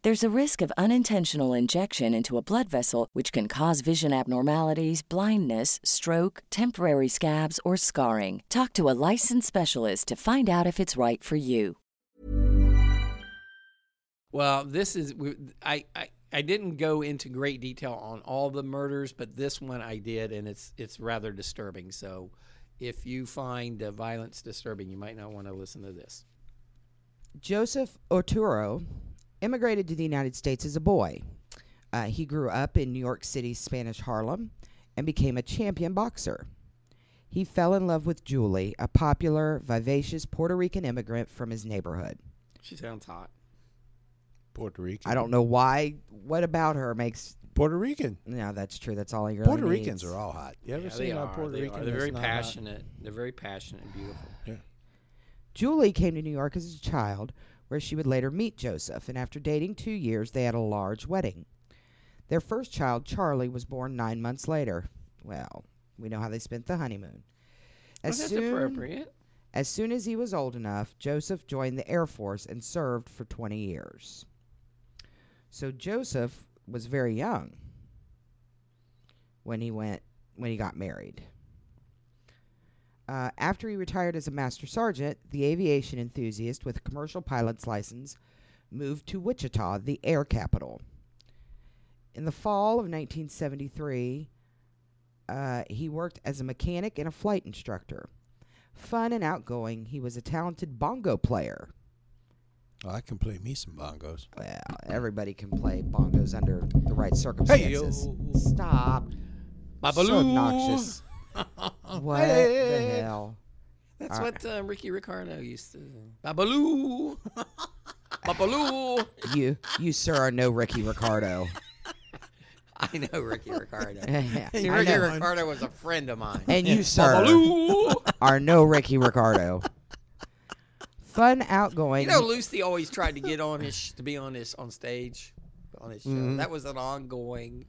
There's a risk of unintentional injection into a blood vessel, which can cause vision abnormalities, blindness, stroke, temporary scabs, or scarring. Talk to a licensed specialist to find out if it's right for you. Well, this is we- I, I I didn't go into great detail on all the murders, but this one I did, and it's it's rather disturbing. So, if you find uh, violence disturbing, you might not want to listen to this. Joseph Oturo immigrated to the United States as a boy. Uh, he grew up in New York City's Spanish Harlem and became a champion boxer. He fell in love with Julie, a popular, vivacious Puerto Rican immigrant from his neighborhood. She sounds hot. Puerto Rican. I don't know why. What about her makes? Puerto Rican. No, that's true. That's all he really Puerto Ricans needs. are all hot. You ever Yeah, seen they a are. Puerto they Rican? are. They're that's very not hot? passionate. They're very passionate and beautiful. Julie came to New York as a child, where she would later meet Joseph, and after dating two years, they had a large wedding. Their first child, Charlie, was born nine months later. Well, we know how they spent the honeymoon. Well, Oh, that's appropriate. As soon as he was old enough, Joseph joined the Air Force and served for 20 years. So Joseph was very young when he went when he got married. Uh, after he retired as a master sergeant, the aviation enthusiast with a commercial pilot's license moved to Wichita, the air capital. In the fall of 1973, uh, he worked as a mechanic and a flight instructor. Fun and outgoing, he was a talented bongo player. Oh, I can play me some bongos. Well, everybody can play bongos under the right circumstances. yo. Stop. My So balloon. obnoxious. Oh, What the hell? That's what uh, Ricky Ricardo used to. Babaloo, babaloo. You, you sir, are no Ricky Ricardo. I know Ricky Ricardo. I See, know. Ricky Ricardo was a friend of mine. And you, sir, Babaloo. are no Ricky Ricardo. Fun, You outgoing. know, Lucy always tried to get on his sh- to be on his on stage, on his show. Mm-hmm. That was an ongoing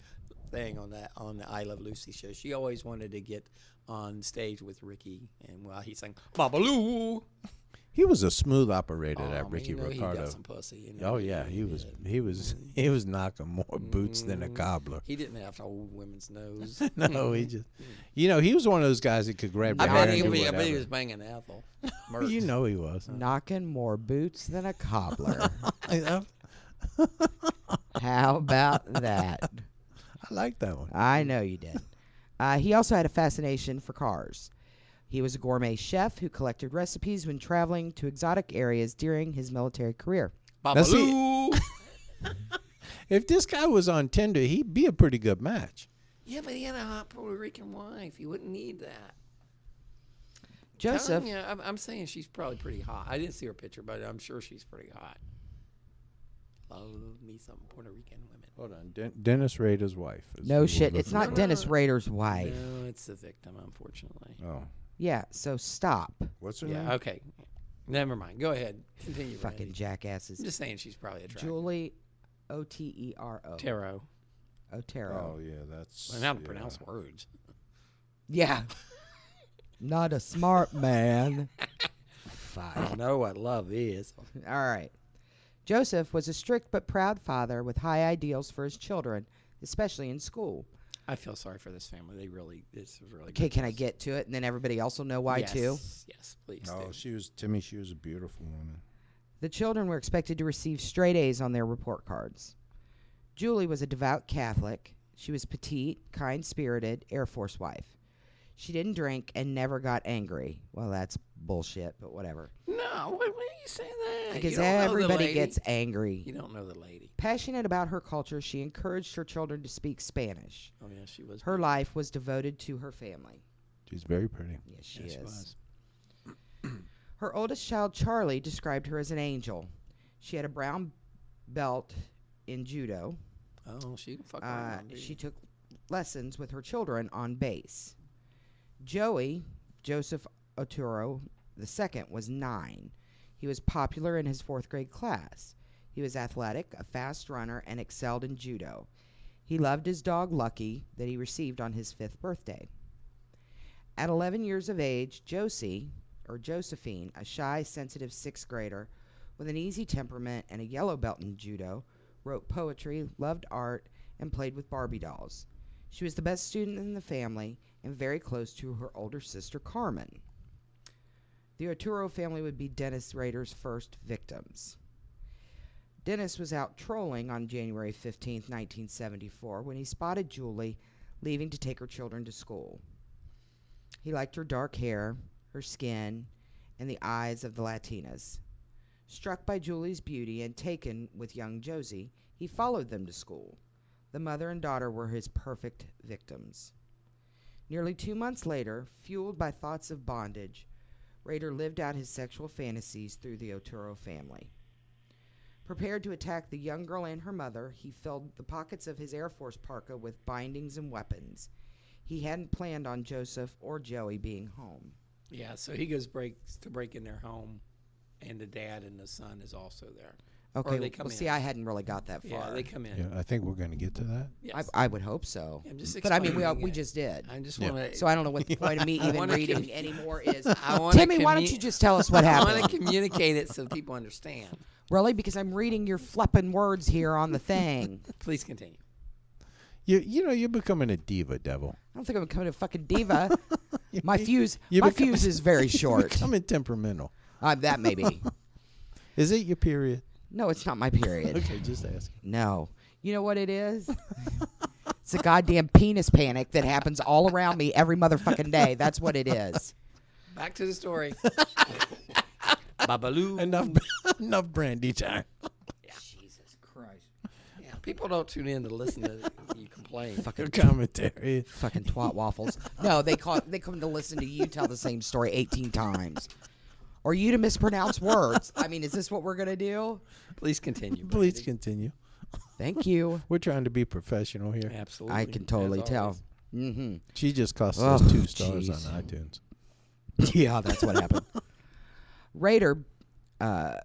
thing on that on the I Love Lucy show. She always wanted to get on stage with Ricky, and while he sang "Babaloo," He was a smooth operator, I that mean, Ricky Oh, you know, he Ricardo. got some pussy. You know? Oh yeah, he was he was he was knocking more boots than a cobbler. Mm-hmm. He didn't have an old woman's nose. No, he just you know he was one of those guys that could grab. I your bet hair he, and was- do I bet he whatever. was banging Ethel. Mertz. You know he was. Knocking more boots than a cobbler. I, I- How about that? I like that one. Mm. I know you did. Uh, he also had a fascination for cars. He was a gourmet chef who collected recipes when traveling to exotic areas during his military career. Now, see- Babalu. If this guy was on Tinder, he'd be a pretty good match. yeah, but he had a hot Puerto Rican wife. You wouldn't need that. Joseph, Telling you, I'm, I'm saying she's probably pretty hot. I didn't see her picture, but I'm sure she's pretty hot. Love me some Puerto Rican women. Hold on, Den- Dennis Rader's wife. is who no we're shit. It's looking not for. Dennis Rader's wife. No, it's the victim, unfortunately. Oh, Yeah, so stop, what's her name? Yeah. Okay. Never mind. Go ahead. Continue. Randy. fucking I'm jackasses. just saying she's probably attractive. Julie O T E R O. Tarot. Otero. Oh yeah, that's. I know how to yeah. pronounce words. Yeah. Not a smart man. Fuck. I know what love is. All right. Joseph was a strict but proud father with high ideals for his children, especially in school. I feel sorry for this family. They really, this is really Okay, good can I news. get to it? And then everybody else will know why, yes. too. Yes, please. No, do. she was Timmy. She was a beautiful woman. The children were expected to receive straight A's on their report cards. Julie was a devout Catholic. She was petite, kind spirited, Air Force wife. She didn't drink and never got angry. Well, that's bullshit, but whatever. No, why, why do you say that? You Because don't know the everybody lady. gets angry. You don't know the lady. Passionate about her culture, she encouraged her children to speak Spanish. Oh yeah, she was. Her beautiful. life was devoted to her family. She's very pretty. Yes, she Yeah, is. she was. Her oldest child, Charlie, described her as an angel. She had a brown belt in judo. Oh, she can fuck Uh, around. she She. took lessons with her children on bass. Joey, Joseph Oturo II, was nine. He was popular in his fourth grade class. He was athletic, a fast runner, and excelled in judo. He loved his dog Lucky that he received on his fifth birthday. At 11 years of age, Josie, or Josephine, a shy, sensitive sixth grader with an easy temperament and a yellow belt in judo, wrote poetry, loved art, and played with Barbie dolls. She was the best student in the family and very close to her older sister, Carmen. The Arturo family would be Dennis Rader's first victims. Dennis was out trolling on January 15, 1974, when he spotted Julie leaving to take her children to school. He liked her dark hair, her skin, and the eyes of the Latinas. Struck by Julie's beauty and taken with young Josie, he followed them to school. The mother and daughter were his perfect victims. Nearly two months later, fueled by thoughts of bondage, Rader lived out his sexual fantasies through the Oturo family. Prepared to attack the young girl and her mother, he filled the pockets of his Air Force parka with bindings and weapons. He hadn't planned on Joseph or Joey being home. Yeah, so he goes breaks to break in their home, and the dad and the son is also there. Okay, they well, come see, in. I hadn't really got that Yeah, far. they come in. Yeah, I think we're gonna get to that. Yes. I, I would hope so. I'm just but I mean, we, all, explaining we it. just did. I just Yeah. want to. So I don't know what the point of me I even wanna reading commu- anymore is. I wanna Timmy, why don't commu- you just tell us what I want happened? to communicate it so people understand. really? Because I'm reading your flippin' words here on the thing. Please continue. You you know you're becoming a diva, devil. I don't think I'm becoming a fucking diva. my fuse, you my become- fuse is very You're short. becoming temperamental. Uh, that may be. Is it your period? No, it's not my period. Okay, just asking. No. You know what it is? it's a goddamn penis panic that happens all around me every motherfucking day. That's what it is. Back to the story. Babaloo. Enough enough brandy time. Jesus Christ. Yeah, people don't tune in to listen to you complain. Good commentary. Fucking twat waffles. No, they call they come to listen to you tell the same story 18 times. Or you to mispronounce words. I mean, is this what we're going to do? Please continue. Please Brandy. continue. Thank you. We're trying to be professional here. Absolutely. I can totally as tell. always. Mhm. She just cost Oh, us two stars jeez. on iTunes. Yeah, that's what happened. Raider uh,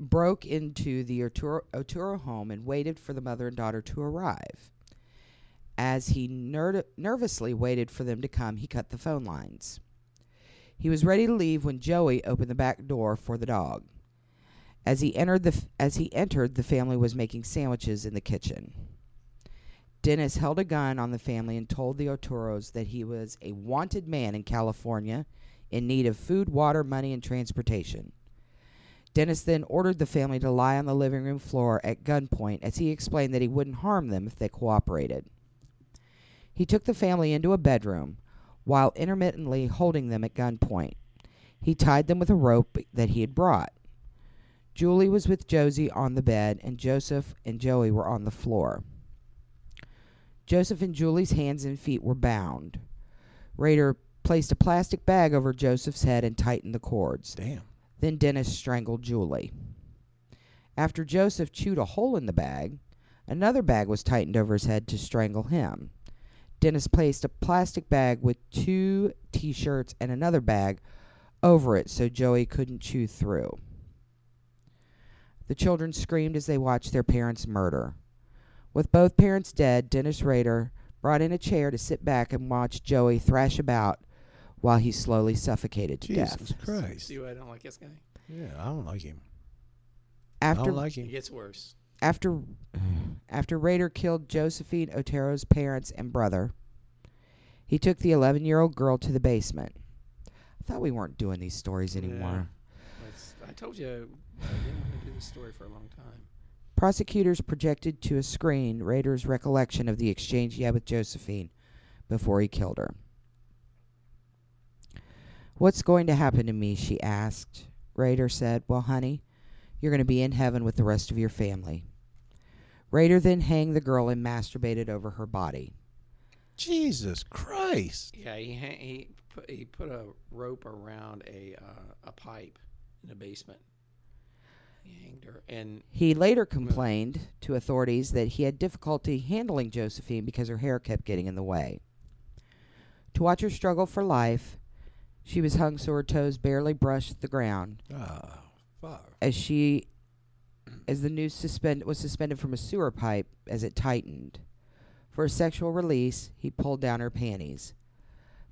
broke into the Oturo, Oturo home and waited for the mother and daughter to arrive. As he ner- nervously waited for them to come, he cut the phone lines. He was ready to leave when Joey opened the back door for the dog. As he entered the f- as he entered, the family was making sandwiches in the kitchen. Dennis held a gun on the family and told the Oturos that he was a wanted man in California in need of food, water, money, and transportation. Dennis then ordered the family to lie on the living room floor at gunpoint as he explained that he wouldn't harm them if they cooperated. He took the family into a bedroom while intermittently holding them at gunpoint. He tied them with a rope that he had brought. Julie was with Josie on the bed, and Joseph and Joey were on the floor. Joseph and Julie's hands and feet were bound. Raider placed a plastic bag over Joseph's head and tightened the cords. Damn. Then Dennis strangled Julie. After Joseph chewed a hole in the bag, another bag was tightened over his head to strangle him. Dennis placed a plastic bag with two t shirts and another bag over it so Joey couldn't chew through. The children screamed as they watched their parents murder. With both parents dead, Dennis Rader brought in a chair to sit back and watch Joey thrash about while he slowly suffocated to Jesus death. Christ. See why I don't like this guy? Yeah, I don't like him. I After don't like It him. gets worse. after after Rader killed Josephine Otero's parents and brother, he took the 11-year-old girl to the basement. I thought we weren't doing these stories anymore. That's- I told you I didn't want to do this story for a long time. Prosecutors projected to a screen Rader's recollection of the exchange he had with Josephine before he killed her. What's going to happen to me? she asked. Rader said, Well, honey, you're going to be in heaven with the rest of your family. Rader then hanged the girl and masturbated over her body. Jesus Christ. Yeah, he ha- he put, he put a rope around a uh, a pipe in the basement. He hanged her, and He later complained to authorities that he had difficulty handling Josephine because her hair kept getting in the way. To watch her struggle for life, she was hung so her toes barely brushed the ground Oh, fuck. as she as the noose suspend, was suspended from a sewer pipe as it tightened. For a sexual release, he pulled down her panties.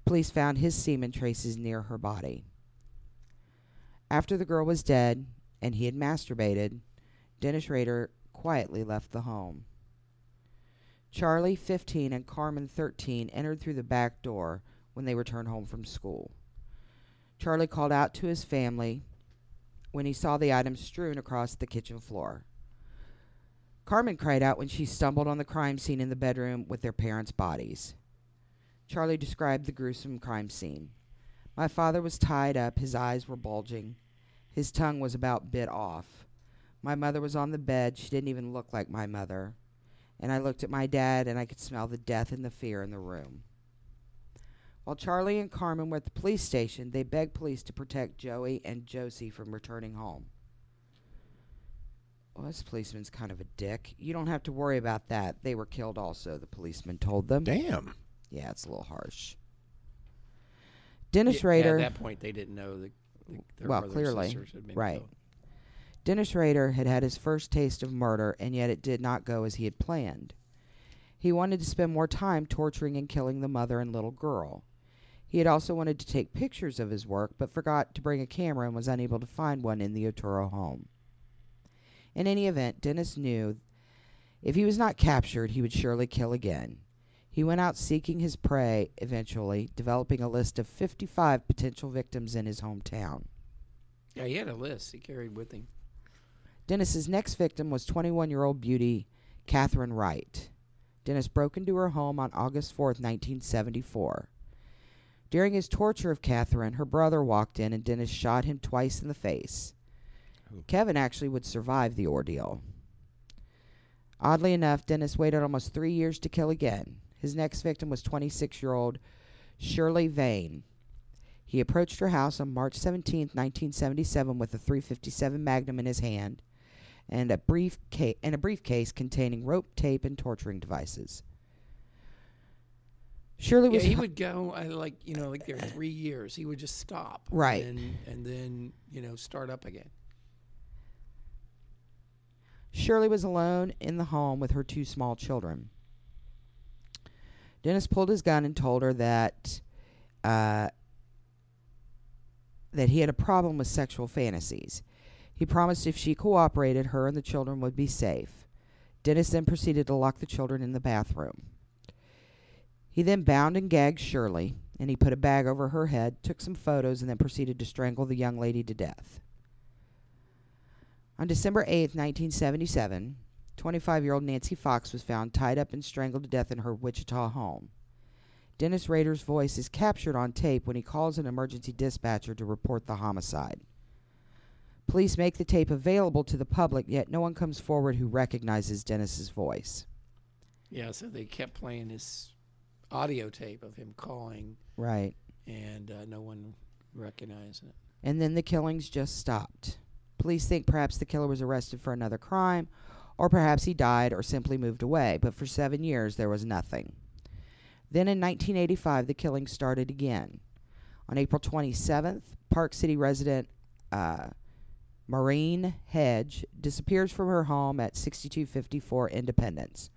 Police found his semen traces near her body. After the girl was dead and he had masturbated, Dennis Rader quietly left the home. Charlie, 15, and Carmen, 13, entered through the back door when they returned home from school. Charlie called out to his family when he saw the items strewn across the kitchen floor. Carmen cried out when she stumbled on the crime scene in the bedroom with their parents' bodies. Charlie described the gruesome crime scene. My father was tied up, his eyes were bulging, his tongue was about bit off. My mother was on the bed, she didn't even look like my mother. And I looked at my dad, and I could smell the death and the fear in the room. While Charlie and Carmen were at the police station, they begged police to protect Joey and Josie from returning home. Well, this policeman's kind of a dick. You don't have to worry about that. They were killed also, the policeman told them. Damn. Yeah, it's a little harsh. Dennis Yeah, Rader. At that point, they didn't know that the, their Well, brothers clearly, and sisters had been right. killed. Dennis Rader had had his first taste of murder, and yet it did not go as he had planned. He wanted to spend more time torturing and killing the mother and little girl. He had also wanted to take pictures of his work, but forgot to bring a camera and was unable to find one in the Oturo home. In any event, Dennis knew if he was not captured, he would surely kill again. He went out seeking his prey, eventually, developing a list of 55 potential victims in his hometown. Yeah, he had a list he carried with him. Dennis's next victim was 21 year old beauty Catherine Wright. Dennis broke into her home on August 4th, 1974. During his torture of Catherine, her brother walked in and Dennis shot him twice in the face. Kevin actually would survive the ordeal. Oddly enough, Dennis waited almost three years to kill again. His next victim was 26 year old Shirley Vane. He approached her house on March 17, 1977, with a 357 Magnum in his hand and a briefcase and a briefcase containing rope, tape, and torturing devices. Shirley Yeah, was he hu- would go I like you know like there three years. He would just stop. Right. and, and then you know start up again. Shirley was alone in the home with her two small children. Dennis pulled his gun and told her that uh, that he had a problem with sexual fantasies. He promised if she cooperated, her and the children would be safe. Dennis then proceeded to lock the children in the bathroom. He then bound and gagged Shirley, and he put a bag over her head, took some photos, and then proceeded to strangle the young lady to death. On December 8, 1977, 25 year old Nancy Fox was found tied up and strangled to death in her Wichita home. Dennis Rader's voice is captured on tape when he calls an emergency dispatcher to report the homicide. Police make the tape available to the public, yet no one comes forward who recognizes Dennis's voice. Yeah, so they kept playing this audio tape of him calling, Right. and uh, no one recognized it. And then the killings just stopped. Police think perhaps the killer was arrested for another crime, or perhaps he died or simply moved away, but for seven years there was nothing. Then in 1985, the killings started again. On April 27th, Park City resident uh, Maureen Hedge disappears from her home at 6254 Independence.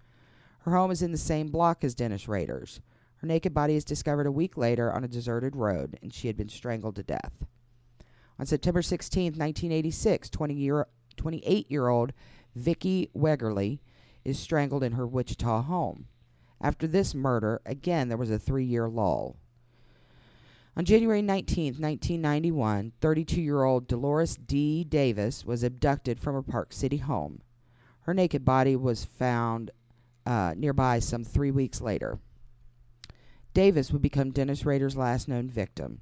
Her home is in the same block as Dennis Rader's. Her naked body is discovered a week later on a deserted road, and she had been strangled to death. On September 16, 1986, 20 year, 28 year old Vicki Wegerly is strangled in her Wichita home. After this murder, again, there was a three year lull. On January 19, 1991, 32 year old Dolores D. Davis was abducted from her Park City home. Her naked body was found uh, nearby some three weeks later. Davis would become Dennis Rader's last known victim.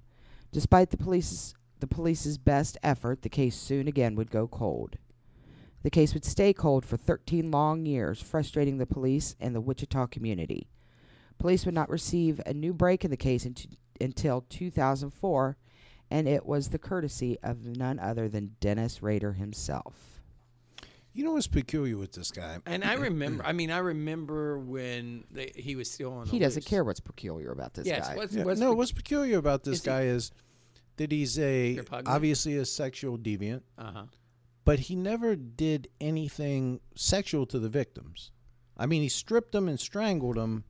Despite the police's the police's best effort, the case soon again would go cold. The case would stay cold for 13 long years, frustrating the police and the Wichita community. Police would not receive a new break in the case unti- until 2004, and it was the courtesy of none other than Dennis Rader himself. You know what's peculiar with this guy? And I remember, I mean, I remember when they, he was still on. He the doesn't loose. care what's peculiar about this Yes, guy. what's, Yeah, what's no, the- what's peculiar about is this he- guy is that he's a Repugnant? obviously a sexual deviant, uh-huh. but he never did anything sexual to the victims. I mean, he stripped them and strangled them,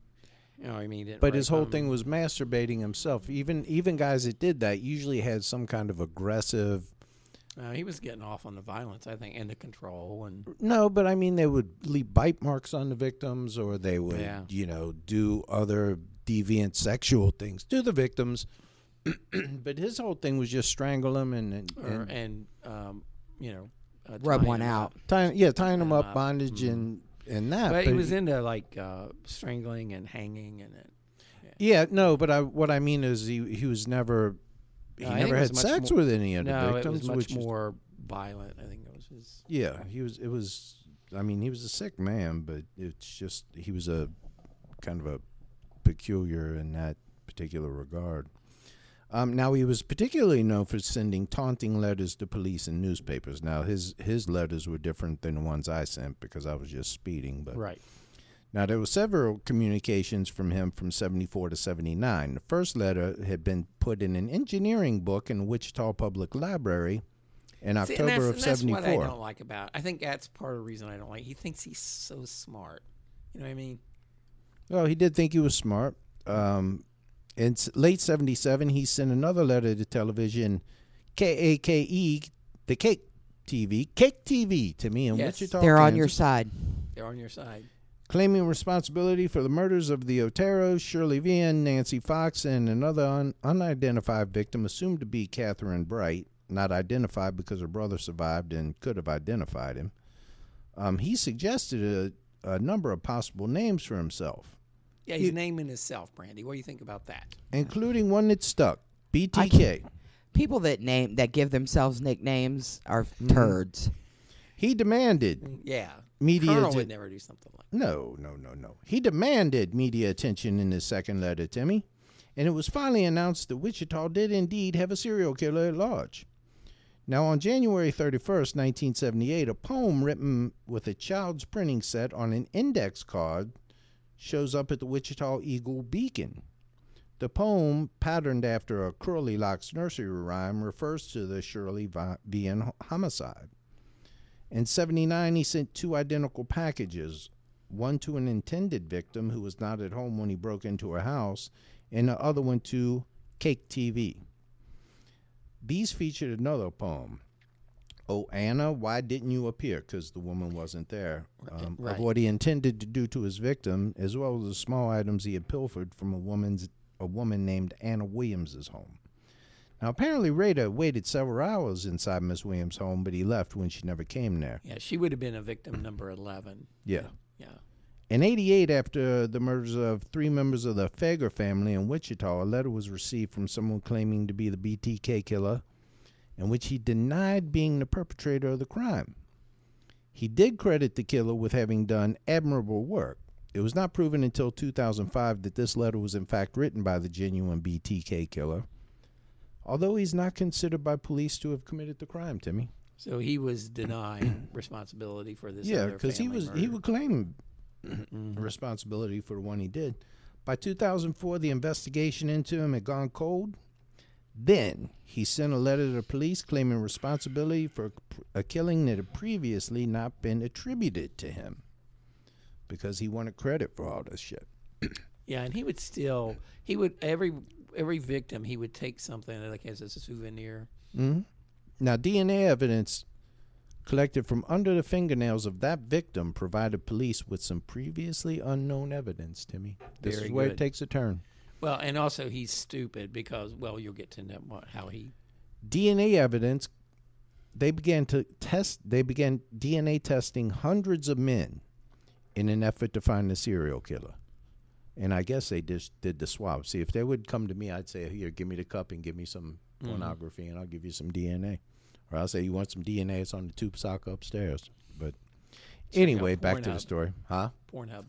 You know, I mean, he didn't but his rape whole them. thing was masturbating himself. Even even guys that did that usually had some kind of aggressive. Uh, he was getting off on the violence, I think, and the control, and No, but I mean they would leave bite marks on the victims, or they would Yeah. you know do other deviant sexual things to the victims. but his whole thing was just strangle them and, and, or, and and um, you know, uh, Rub tying one him out. up. tying yeah tying them Tying 'em up up. bondage Mhm. and and that But he was he- into like uh, strangling and hanging, and it, yeah no but i what i mean is he he was never he Uh, I think never it was had much sex more- with any of the no, victims it was much which is- more violent. I think it was his. yeah he was it was i mean he was a sick man but it's just he was a kind of a peculiar in that particular regard um, now he was particularly known for sending taunting letters to police and newspapers. Now his his letters were different than the ones I sent because I was just speeding. But Right. Now, there were several communications from him from 74 to 79. The first letter had been put in an engineering book in Wichita Public Library in See, October and that's, of and that's what I 74. don't like about. I think that's part of the reason I don't like. He thinks he's so smart. You know what I mean? Well, he did think he was smart. Um, in s- late 77, he sent another letter to television, KAKE, E, the Cake TV, Cake TV to me in Yes. Wichita. They're on your Kansas. side. They're on your side. claiming responsibility for the murders of the Oteros, Shirley Vian, Nancy Fox, and another un- unidentified victim assumed to be Catherine Bright, not identified because her brother survived and could have identified him. Um, he suggested a, a number of possible names for himself, Yeah, he's naming himself, Brandy. What do you think about that? including one that stuck, BTK. People that name that give themselves nicknames are turds. He demanded Yeah, Media Colonel did- would never do something like. No, no, no, no. He demanded media attention in his second letter to me, and it was finally announced that Wichita did indeed have a serial killer at large. Now, on January 31st, 1978, a poem written with a child's printing set on an index card shows up at the Wichita Eagle Beacon. The poem, patterned after a Curly Locks nursery rhyme, refers to the Shirley Vi- Vian homicide. In 79, he sent two identical packages one to an intended victim who was not at home when he broke into her house, and the other one to Cake TV. These featured another poem. Oh, Anna, why didn't you appear? Because the woman wasn't there. Um, right. Of what he intended to do to his victim, as well as the small items he had pilfered from a woman's a woman named Anna Williams's home. Now, apparently, Rada waited several hours inside Miss Williams' home, but he left when she never came there. Yeah, she would have been a victim number eleven. Yeah. Yeah. In 88, after the murders of three members of the Fager family in Wichita, a letter was received from someone claiming to be the BTK killer, in which he denied being the perpetrator of the crime. He did credit the killer with having done admirable work. It was not proven until 2005 that this letter was in fact written by the genuine BTK killer, although he's not considered by police to have committed the crime, Timmy. So he was denying responsibility for this. yeah, because he was he would claim responsibility for the one he did. By 2004, the investigation into him had gone cold. Then he sent a letter to the police claiming responsibility for a killing that had previously not been attributed to him because he wanted credit for all this shit. Yeah, and he would still he would every every victim he would take something like as a souvenir. Now, DNA evidence collected from under the fingernails of that victim provided police with some previously unknown evidence, Timmy. This Very is where good. it takes a turn. Well, and also he's stupid because well you'll get to know what, how he DNA evidence. They began to test. They began DNA testing hundreds of men in an effort to find the serial killer. And I guess they just did the swab. See, if they would come to me, I'd say, "Here, give me the cup and give me some pornography, and I'll give you some DNA." Or I'll say, "You want some DNA? It's on the tube sock upstairs." But anyway, back to the Pornhub. story, huh? Pornhub.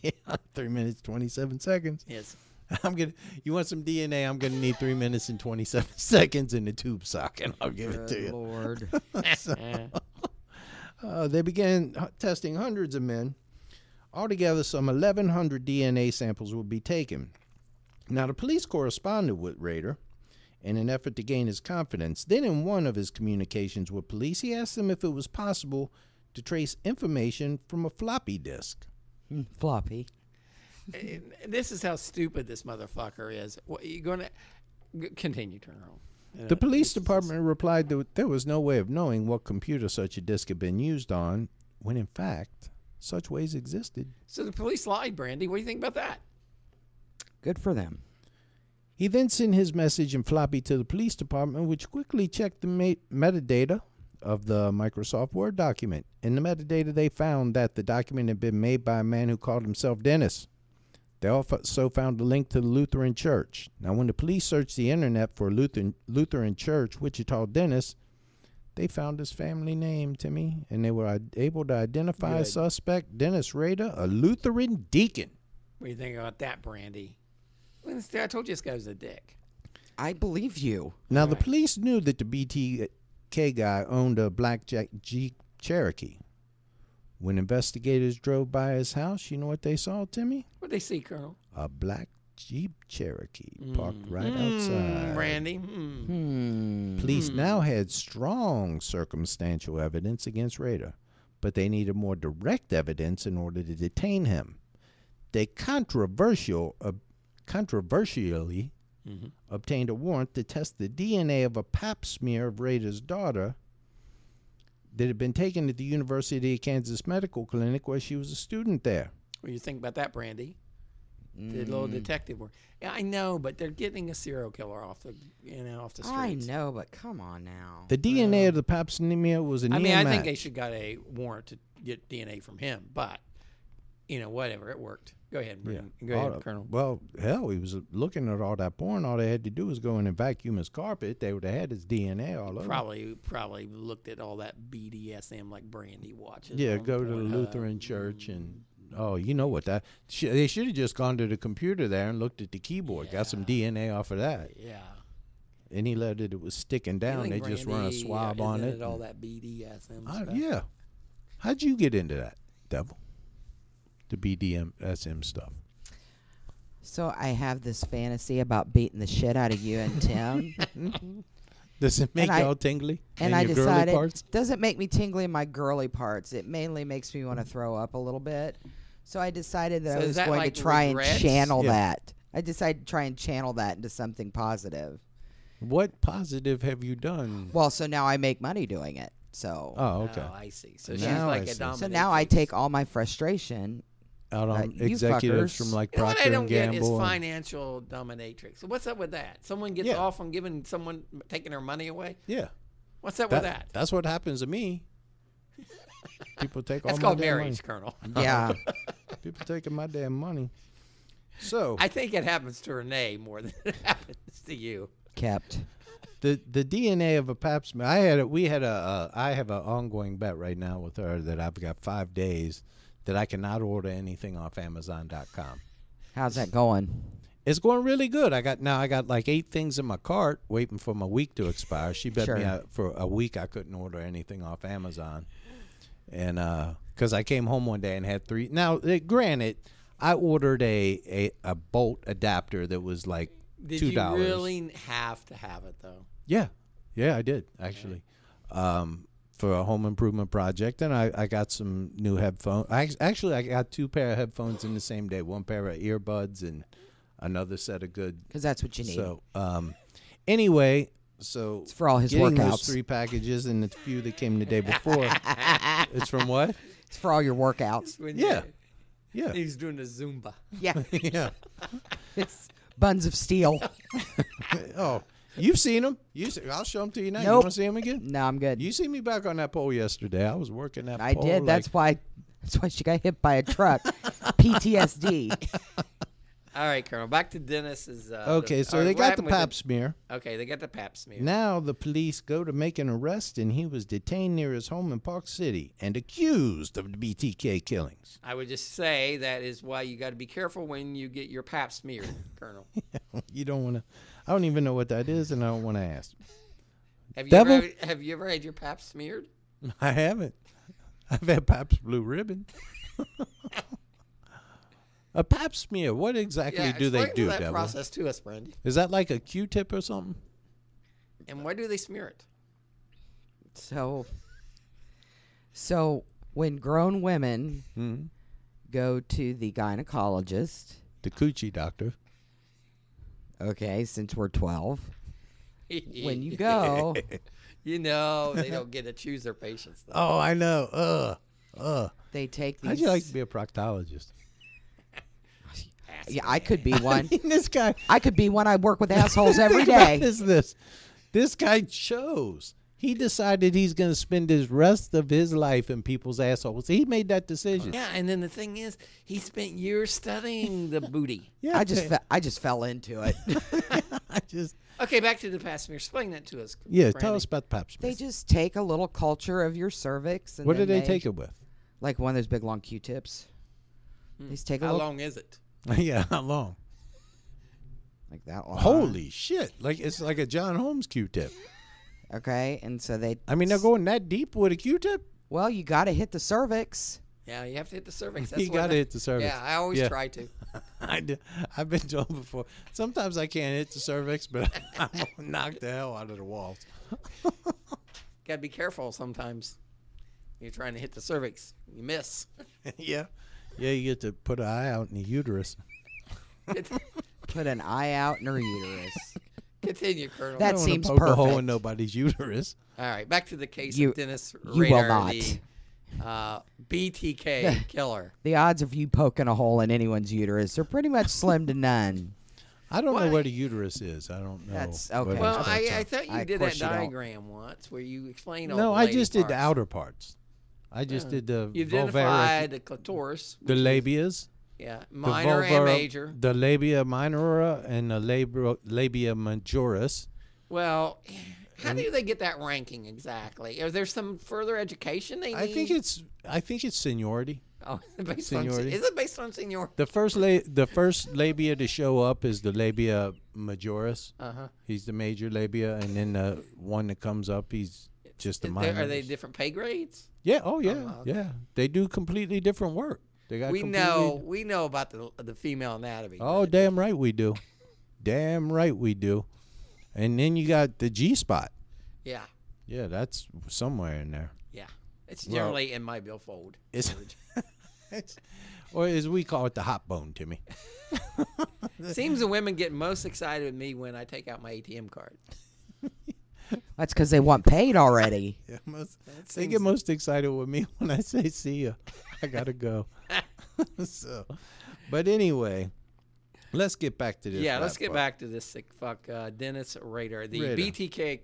Yeah, three minutes twenty-seven seconds. Yes. I'm gonna. You want some DNA? I'm gonna need three minutes and twenty-seven seconds in the tube sock, and I'll give it to Good you. Lord. Eh. Uh, they began h- testing hundreds of men. Altogether, some 1,100 DNA samples would be taken. Now, the police corresponded with Rader in an effort to gain his confidence. Then, in one of his communications with police, he asked them if it was possible to trace information from a floppy disk. Floppy. And Eh, this is how stupid this motherfucker is. What you going to continue turn around. Uh, The police department replied that there was no way of knowing what computer such a disk had been used on, when in fact, such ways existed. So the police lied, Brandy. What do you think about that? Good for them. He then sent his message in floppy to the police department, which quickly checked the ma- metadata of the Microsoft Word document. In the metadata, they found that the document had been made by a man who called himself Dennis. They also found a link to the Lutheran Church. Now, when the police searched the internet for Lutheran, Lutheran Church, Wichita Dennis, they found his family name, Timmy, and they were i- able to identify a Good. suspect, Dennis Rader, a Lutheran deacon. What do you think about that, Brandy? Well, this- I told you this guy was a dick. I believe you. Now, the police knew that the BTK guy owned a blackjack Jeep Cherokee. When investigators drove by his house, you know what they saw, Timmy? What they see, Colonel? A black Jeep Cherokee parked right outside. Brandy. Mm. Hmm. Police now had strong circumstantial evidence against Rader, but they needed more direct evidence in order to detain him. They controversial, ob- controversially Mm-hmm. obtained a warrant to test the DNA of a pap smear of Rader's daughter that had been taken at the University of Kansas Medical Clinic where she was a student there. What do you think about that, Brandy? The Mm. little detective work. Yeah, I know, but they're getting a serial killer off the you know off the I streets. know, but come on now. The DNA of the pap smear was E a I mean, near I think they match. should got a warrant to get DNA from him, but you know, whatever, it worked. Go ahead, Brandy. Go All ahead, the- Colonel. Well, hell, he was looking at all that porn. All they had to do was go in and vacuum his carpet. They would have had his DNA all over. Probably, probably looked at all that BDSM like Brandy watches. Yeah, on go to the Pornhub. Lutheran church and oh, you know what that? Sh- they should have just gone to the computer there and looked at the keyboard. Got some DNA off of that. Yeah, Any letter that was sticking You down, they think just run a Brandy, uh, swab is on into it. All that BDSM. I- stuff? yeah. How'd you get into that, devil? The BDSM stuff. So I have this fantasy about beating the shit out of you and Tim. Does it make I- y'all tingly? in and I your girly decided parts? doesn't make me tingly in my girly parts. It mainly makes me want to throw up a little bit. So I decided that So I is was that going like to try regrets? and channel Yeah. that. I decided to try and channel that into something positive. What positive have you done? Well, so now I make money doing it. So Oh, okay. Oh, I see. So she's Now I like a see. So now dominatrix. so now I take all my frustration. Out on you executives fuckers. from like You know what I Procter don't and get is Gamble. and- financial dominatrix. What's up with that? Someone gets Yeah. off on giving someone taking their money away. Yeah, What's up that, with that? that's what happens to me. People take all That's my called damn money. marriage, Colonel. Yeah. People taking my damn money. So I think it happens to Renee more than it happens to you. Kept. the the DNA of a pap smear. I had a, we had a uh, I have an ongoing bet right now with her that I've got five days that I cannot order anything off Amazon.com. How's that going? It's going really good. I got now I got like eight things in my cart waiting for my week to expire. She bet Sure. me out for a week I couldn't order anything off Amazon. And uh cuz I came home one day and had three. Now, eh, granted, I ordered a a, a bolt adapter that was like Did $2. you really have to have it though? Yeah, yeah, I did actually, um, for a home improvement project, and I, I got some new headphones. I ac- actually I got two pair of headphones in the same day. One pair of earbuds and another set of good. Because that's what you need. So, um, anyway, so It's for all his getting those workouts. three packages and the few that came the day before. it's from what? it's for all your workouts. When Yeah. you- Yeah, He was doing a Zumba. Yeah. yeah. it's buns of steel. Oh, you've seen them. You, se- I'll show them to you now. You Nope. want to see them again? No, I'm good. You see me back on that pole yesterday. I was working that. I pole did. like That's why. That's why she got hit by a truck. PTSD. All right, Colonel. Back to Dennis's. Uh, Okay, the- so all right, they what got the happened with pap smear. Okay, they got the pap smear. Now the police go to make an arrest, and he was detained near his home in Park City and accused of the BTK killings. I would just say that is why you got to be careful when you get your pap smeared, Colonel. You don't want to. I don't even know what that is, and I don't want to ask. Have you Devil. ever have you ever had your pap smeared? I haven't. I've had Pap's Blue Ribbon. a Pap smear. What exactly do they explain do, that Devil? process to us, Brandy. Is that like a Q-tip or something? And why do they smear it? So, so when grown women Hmm. go to the gynecologist, The coochie doctor. okay, since we're 12, when you go, you know they don't get to choose their patients. Though. Oh, I know. Ugh. Ugh. they take these. How'd you like to be a proctologist? yeah, I could be one. this guy. I could be one. I work with assholes Think every about day. This this this guy chose. He decided he's going to spend his rest of his life in people's assholes. He made that decision. Yeah, and then the thing is, he spent years studying the booty. Yeah, I just, fe- I just fell into it. I just Okay, back to the pap smear. Explain that to us. yeah. Tell Brandy. us about the pap smear. they just take a little culture of your cervix. And what then did they, take it with? Like one of those big long Q-tips. Hmm. They just take a How little, long is it? yeah, how long? Uh-huh. like that long. Holy shit! Like it's like a John Holmes Q-tip. Okay, and so they. I mean, they're going that deep with a Q-tip. Well, you got to hit the cervix. Yeah, you have to hit the cervix. That's You what got to I- hit the cervix. Yeah, I always Yeah. try to. I do. I've been told before. Sometimes I can't hit the cervix, but I'm gonna knock the hell out of the walls. Got to be careful sometimes. You're trying to hit the cervix, you miss. yeah, yeah. You get to put an eye out in the uterus. Put an eye out in her uterus. Continue, Colonel. That I don't wanna seems poke a hole perfect. in nobody's uterus. All right, back to the case You- of Dennis you will Radar, not. the uh, BTK killer. the odds of you poking a hole in anyone's uterus are pretty much slim to none. I don't Why? know what a uterus is. I don't know. That's- what okay. it Well, is. I, I thought you I- of did course that you don't. diagram once where you explained all no, the I lady just did the parts. outer parts. I just did the You vulvar, identified the clitoris, the labias, yeah, minor the and vulvar, major. the labia minora, and the labro, labia majoris. Well, how do they get that ranking exactly? Is there some further education they need? I think it's I think it's seniority. oh, based on seniority. is it based on senior? The first la- the first labia to show up is the labia majoris. Uh-huh. He's the major labia, and then the one that comes up, he's just the Is minor. there- are they different pay grades? Yeah. Oh, yeah. okay. Yeah. They do completely different work. They got We completely know we know about the the female anatomy. Oh, damn right we do. damn right we do. And then you got the G spot. yeah, Yeah, that's somewhere in there. yeah. It's generally in my billfold. Is or as we call it, the hot bone, Timmy. Seems the women get most excited with me when I take out my ATM card. That's because they want paid already. Yeah, most, they get most excited with me when I say "see ya." I gotta go. so, but anyway, let's get back to this. yeah, let's rap get part. back to this sick fuck uh, Dennis Rader, the Rader. BTK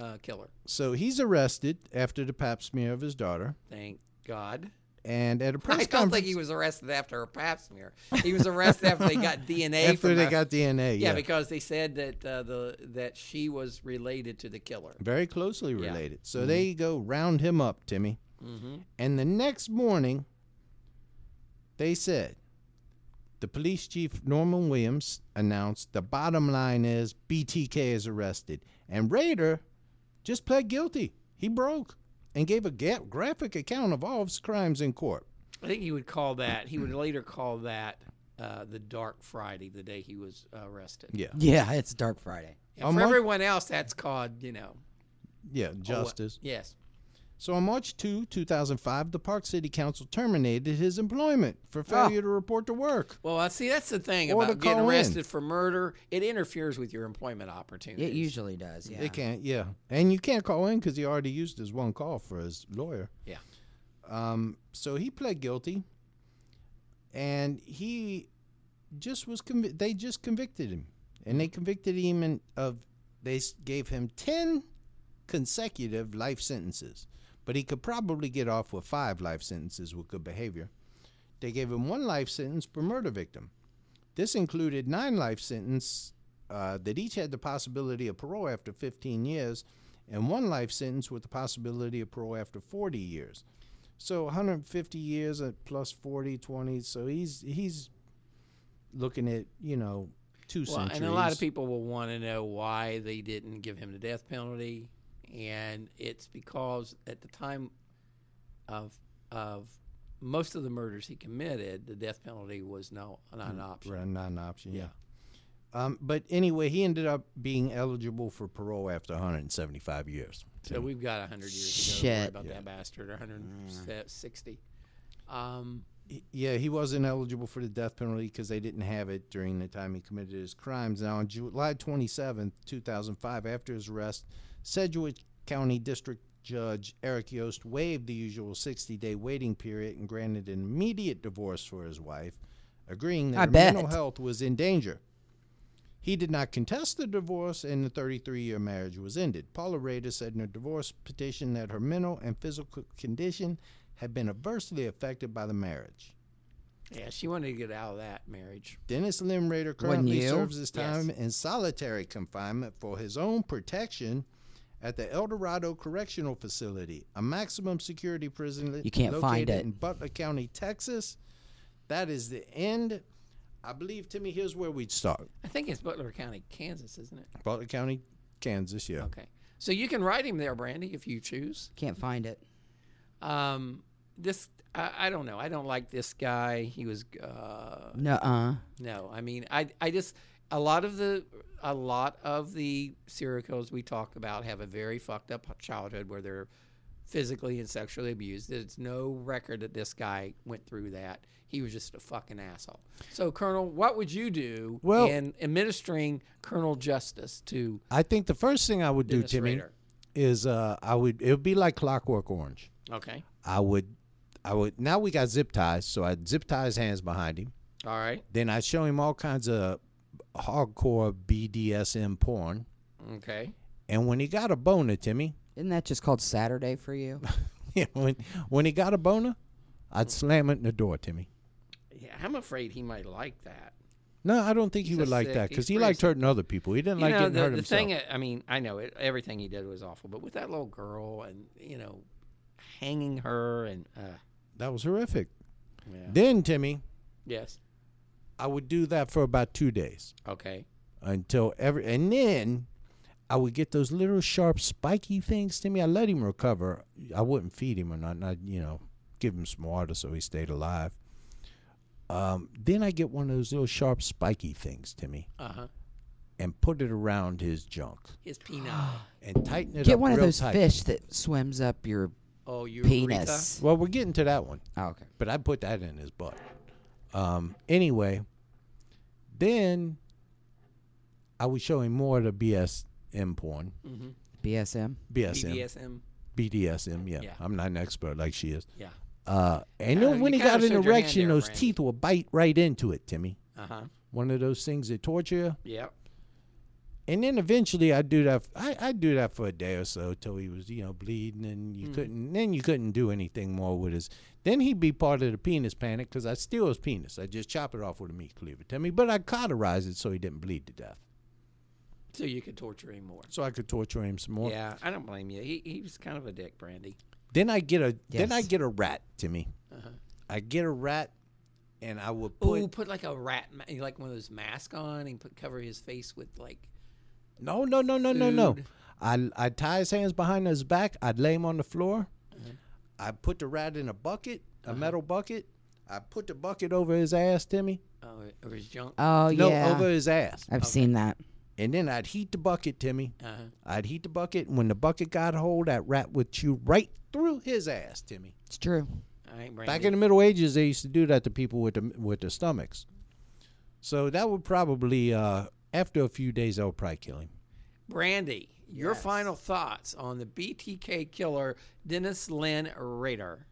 uh, killer. So he's arrested after the pap smear of his daughter. Thank God. And at a I press don't conference, think he was arrested after a pap smear. He was arrested after they got DNA. after from they her- got DNA, Yeah, yeah, because they said that uh, the that she was related to the killer. very closely Yeah. related. So they go round him up, Timmy. And the next morning, they said the police chief Norman Williams announced the bottom line is BTK is arrested, and Raider just pled guilty. He broke and gave a ga- graphic account of all of his crimes in court. I think he would call that. He would later call that uh, the Dark Friday, the day he was arrested. Yeah, Yeah, it's Dark Friday. And A for month- everyone else, that's called you know yeah, justice. Yes. So on March 2, 2005, the Park City Council terminated his employment for failure to report to work. Well, I see. That's the thing Or to about getting call in. arrested for murder. It interferes with your employment opportunities. It usually does. Yeah. They can't, yeah. And you can't call in because he already used his one call for his lawyer. Yeah. Um, so he pled guilty, and he just was convi- they just convicted him, and they convicted him in, of they s- gave him ten consecutive life sentences, but he could probably get off with five life sentences with good behavior. They gave him one life sentence per murder victim. This included nine life sentences uh, that each had the possibility of parole after 15 years, and one life sentence with the possibility of parole after 40 years. So 150 years at plus 40, 20. So he's he's looking at you know two Well, centuries. and a lot of people will want to know why they didn't give him the death penalty, and it's because at the time of of most of the murders he committed, the death penalty was no not Mm. an option. Right, not an option. Yeah. Yeah. Um, but anyway, he ended up being eligible for parole after 175 years. So we've got 100 years to go to worry Shit. about that bastard, or 160. Um, Yeah, he wasn't eligible for the death penalty because they didn't have it during the time he committed his crimes. Now, on July 27th, 2005, after his arrest, Sedgwick County District Judge Eric Yost waived the usual 60 day waiting period and granted an immediate divorce for his wife, agreeing that I her mental bet. health was in danger. He did not contest the divorce, and the 33 year marriage was ended. Paula Rader said in her divorce petition that her mental and physical condition had been adversely affected by the marriage. yeah, she wanted to get out of that marriage. Dennis Lim Rader Wouldn't currently you? serves his time Yes. in solitary confinement for his own protection at the El Dorado Correctional Facility, a maximum security prison li- You can't located find it. in Butler County, Texas. That is the end. I believe, Timmy, here's where we'd start. I think it's Butler County, Kansas, isn't it? Butler County, Kansas, yeah. Okay. So you can write him there, Brandy, if you choose. Can't find it. Um, this I, I don't know. I don't like this guy. He was uh, No. Uh. no. I mean, I I just a lot of the a lot of the serial killers we talk about have a very fucked up childhood where they're physically and sexually abused. There's no record that this guy went through that. He was just a fucking asshole. So, Colonel, what would you do Well- in administering Colonel Justice to I think the first thing I would Dennis do, Timmy, Rader? is uh, I would it would be like Clockwork Orange. Okay. I would, I would. Now we got zip ties, so I zip tie his hands behind him. All right. Then I show him all kinds of hardcore BDSM porn. Okay. And when he got a boner, Timmy, Isn't that just called Saturday for you? when when he got a boner, I'd slam it in the door, Timmy. Yeah, I'm afraid he might like that. No, I don't think he He's would a like sick- that he's because he pretty liked sick. hurting other people. He didn't You like know, getting the, hurt the himself. thing, I mean, I know it, everything he did was awful, but with that little girl and, you know, hanging her and, uh, that was horrific. yeah. Then, Timmy, yes. I would do that for about two days. Okay. until every and then I would get those little sharp spiky things to me. I let him recover. I wouldn't feed him or not, not you know, give him some water so he stayed alive. Um, then I get one of those little sharp spiky things to me Uh huh. and put it around his junk His peanut. and tighten it up Get one of real those tight. fish that swims up your oh, you penis. Well, we're getting to that one. Oh, okay. but I put that in his butt. Um, anyway, then I would show him more of the BSM porn. BSM. BSM. BDSM. BDSM, yeah. Yeah. I'm not an expert like she is. Yeah. Uh, and Yeah, then when you he got kinda an showed your hand erection, there, those Brandy. teeth will bite right into it, Timmy. Uh huh. One of those things that torture you. Yep. And then eventually, I do that. I I do that for a day or so till he was, you know, bleeding, and Mm. you couldn't. Then you couldn't do anything more with his. Then he'd be part of the penis panic because I steal his penis. I just chop it off with a meat cleaver. Tell me, but I cauterize it so he didn't bleed to death, So you could torture him more. so I could torture him some more. Yeah, I don't blame you. He, he was kind of a dick, Brandy. Then I get a. Then I Yes. get a rat to me. I get a rat, and I would put. Uh-huh. Ooh, put like a rat, ma- like one of those masks on, and put cover his face with like. No, no, no, no, no, no. Food. I I tie his hands behind his back. I'd lay him on the floor. Mm-hmm. I put the rat in a bucket, a Uh-huh. metal bucket. I put the bucket over his ass, Timmy. Oh, or his junk. Oh no, yeah, over his ass. I've seen that. And then I'd heat the bucket, Timmy. Uh-huh. I'd heat the bucket, and when the bucket got hold, that rat would chew right through his ass, Timmy. It's true. All right, Brandy. Back in the Middle Ages, they used to do that to people with the with their stomachs. So that would probably, uh, after a few days, I would probably kill him. Brandy, your final thoughts on the BTK killer Dennis Lynn Rader.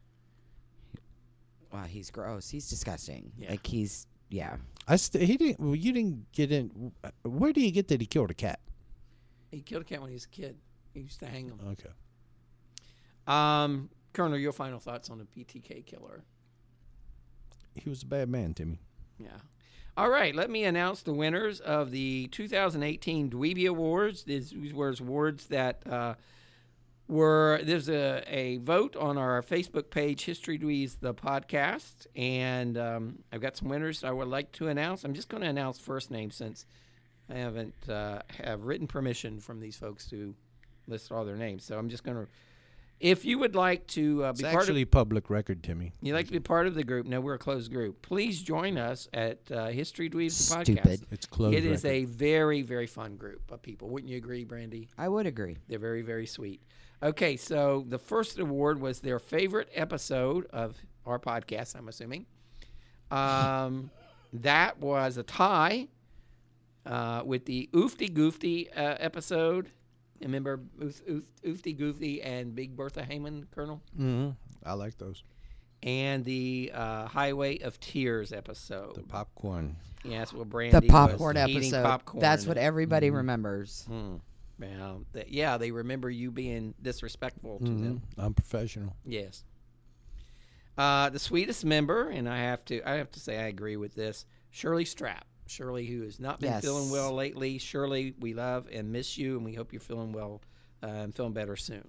Wow, he's gross. He's disgusting. Yeah. Like he's yeah. I st- he didn't. Well, you didn't get in. Where do you get that he killed a cat? He killed a cat when he was a kid. He used to hang them. Okay. Um, Colonel, your final thoughts on the BTK killer? He was a bad man, Timmy. Yeah. All right, let me announce the winners of the 2018 Dweeby Awards. These were awards that uh, were there's a, a vote on our Facebook page, History Dweebs the podcast, and um, I've got some winners I would like to announce. I'm just going to announce first name since I haven't uh, have written permission from these folks to list all their names. So I'm just going to. If you would like to uh, be It's part of actually public record, Timmy. you like to be part of the group? No, we're a closed group. Please join us at uh, History Dweebs the podcast. Stupid. It's closed It is record. a very very fun group of people. Wouldn't you agree, Brandy? I would agree. They're very very sweet. Okay, so the first award was their favorite episode of our podcast. I'm assuming. Um, that was a tie uh, with the Oofty Goofty uh, episode. Remember Oof, Oof, Oofty Goofty and Big Bertha Heyman, Colonel? Mm-hmm. I like those. and the uh, Highway of Tears episode. The popcorn. yes, well, Brandy The was popcorn eating episode. popcorn. Mm-hmm. That's what everybody remembers. Hmm. Well, th- yeah, they remember you being disrespectful to Mhm. them. Mm-hmm. I'm professional. Yes. Uh, the sweetest member, and I have to, I have to say, I agree with this. Shirley Strap, Shirley, who has not been Yes. feeling well lately. Shirley, we love and miss you, and we hope you're feeling well uh, and feeling better soon.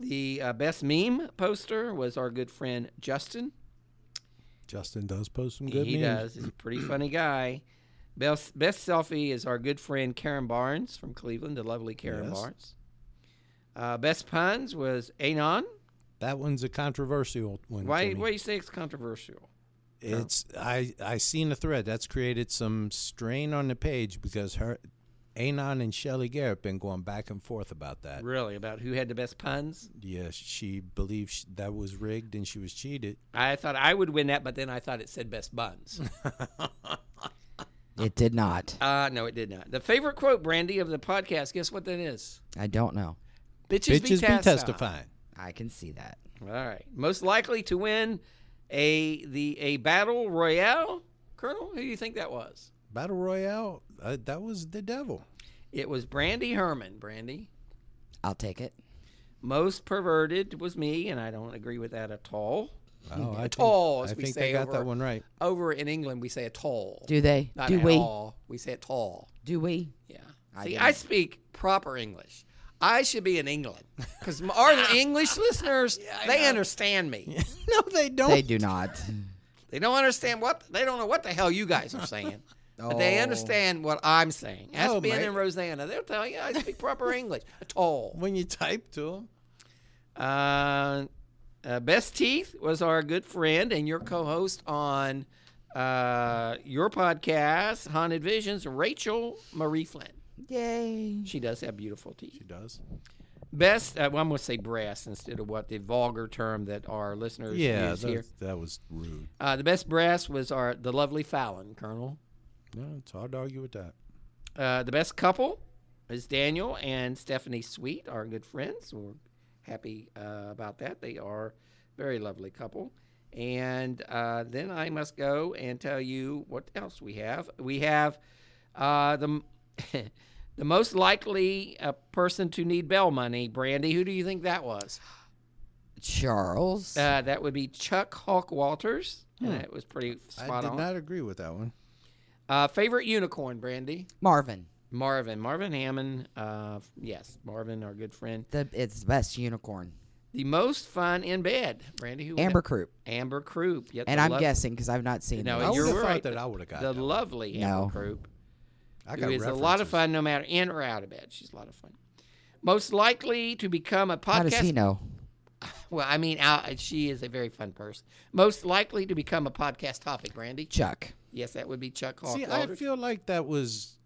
The uh, best meme poster was our good friend Justin. Justin does post some good he memes. does. He's a pretty funny guy. Best best selfie is our good friend Karen Barnes from Cleveland, the lovely Karen Yes. Barnes. Uh, best puns was Anon. That one's a controversial one. Why Timmy. why you say it's controversial? It's I I seen a thread that's created some strain on the page because her, Anon and Shelly Garrett been going back and forth about that. Really about who had the best puns? Yes, she believes sh- that was rigged and she was cheated. I thought I would win that, but then I thought it said best buns. Mm-hmm. It did not. uh, no, it did not. The favorite quote, Brandy, of the podcast. Guess what that is? I don't know. Bitches, Bitches be testifying. I can see that. All right. Most likely to win a the a battle royale, Colonel. Who do you think that was? Battle Royale, uh, that was the devil. It was Brandy Herman. Brandy. I'll take it. Most perverted was me, and I don't agree with that at all. Oh, I think, Tall, as I we think say they got over- that one right. Over in England, we say a tall. Do they? Not Do at we? all. We say it tall. Do we? Yeah. I See, didn't. I speak proper English. I should be in England because our English listeners they understand me. No, they don't. They do not. They don't understand what they don't know what the hell you guys are saying, but they Oh. understand what I'm saying. Ask Oh, Ben mate. and Rosanna; they'll tell you I speak proper English. Tall. When you type to them, Uh, uh, Best Teeth was our good friend and your co-host on uh, your podcast, Haunted Visions, Rachel Marie Flynn. Yay. She does have beautiful teeth. she does. Best, uh, well, I'm going to say breasts instead of what the vulgar term that our listeners Yeah, use here. that, that was rude. Uh, the best breast was our the lovely Fallon, Colonel. No, it's hard to argue with that. Uh, the best couple is Daniel and Stephanie Sweet, our good friends. We're happy uh, about that. They are a very lovely couple. And uh, then I must go and tell you what else we have. We have uh, the the most likely uh, person to need bail money, Brandy. Who do you think that was? Charles. Uh, that would be Chuck Hawk Walters. And that was pretty Hmm. I spot did on. not agree with that one. Uh, favorite unicorn, Brandy? Marvin. Marvin. Marvin Hammond. Uh, yes, Marvin, our good friend. The it's the best unicorn. The most fun in bed, Brandy. Who won it? Amber Croup. Amber Croup. Yet And the I'm lo- guessing because I've not seen No, it. I you're would have thought right. that I would have got The that. lovely Amber No. Croup. I who got is a lot of references. fun no matter in or out of bed. She's a lot of fun. Most likely to become a podcast. How does he know? Well, I mean, uh, she is a very fun person. Most likely to become a podcast topic, Brandy. Chuck. Yes, that would be Chuck Hawk. See, I Walters. feel like that was.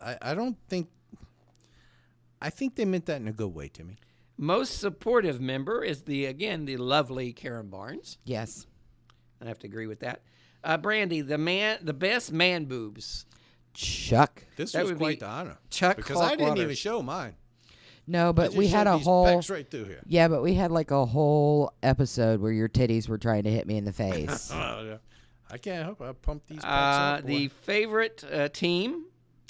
I I don't think. I think they meant that in a good way, Timmy. Most supportive member is the again the lovely Karen Barnes. Yes. I have to agree with that. Uh, Brandy, the man, the best man boobs. Chuck. This That was would quite be the honor. Chuck because I Hawk didn't even Waters. show mine. No, I but just we had showed a these whole. pecs right through here. Yeah, but we had like a whole episode where your titties were trying to hit me in the face. Oh, yeah. I can't help. it. I pumped these. pecs Uh, up, boy. the favorite uh, team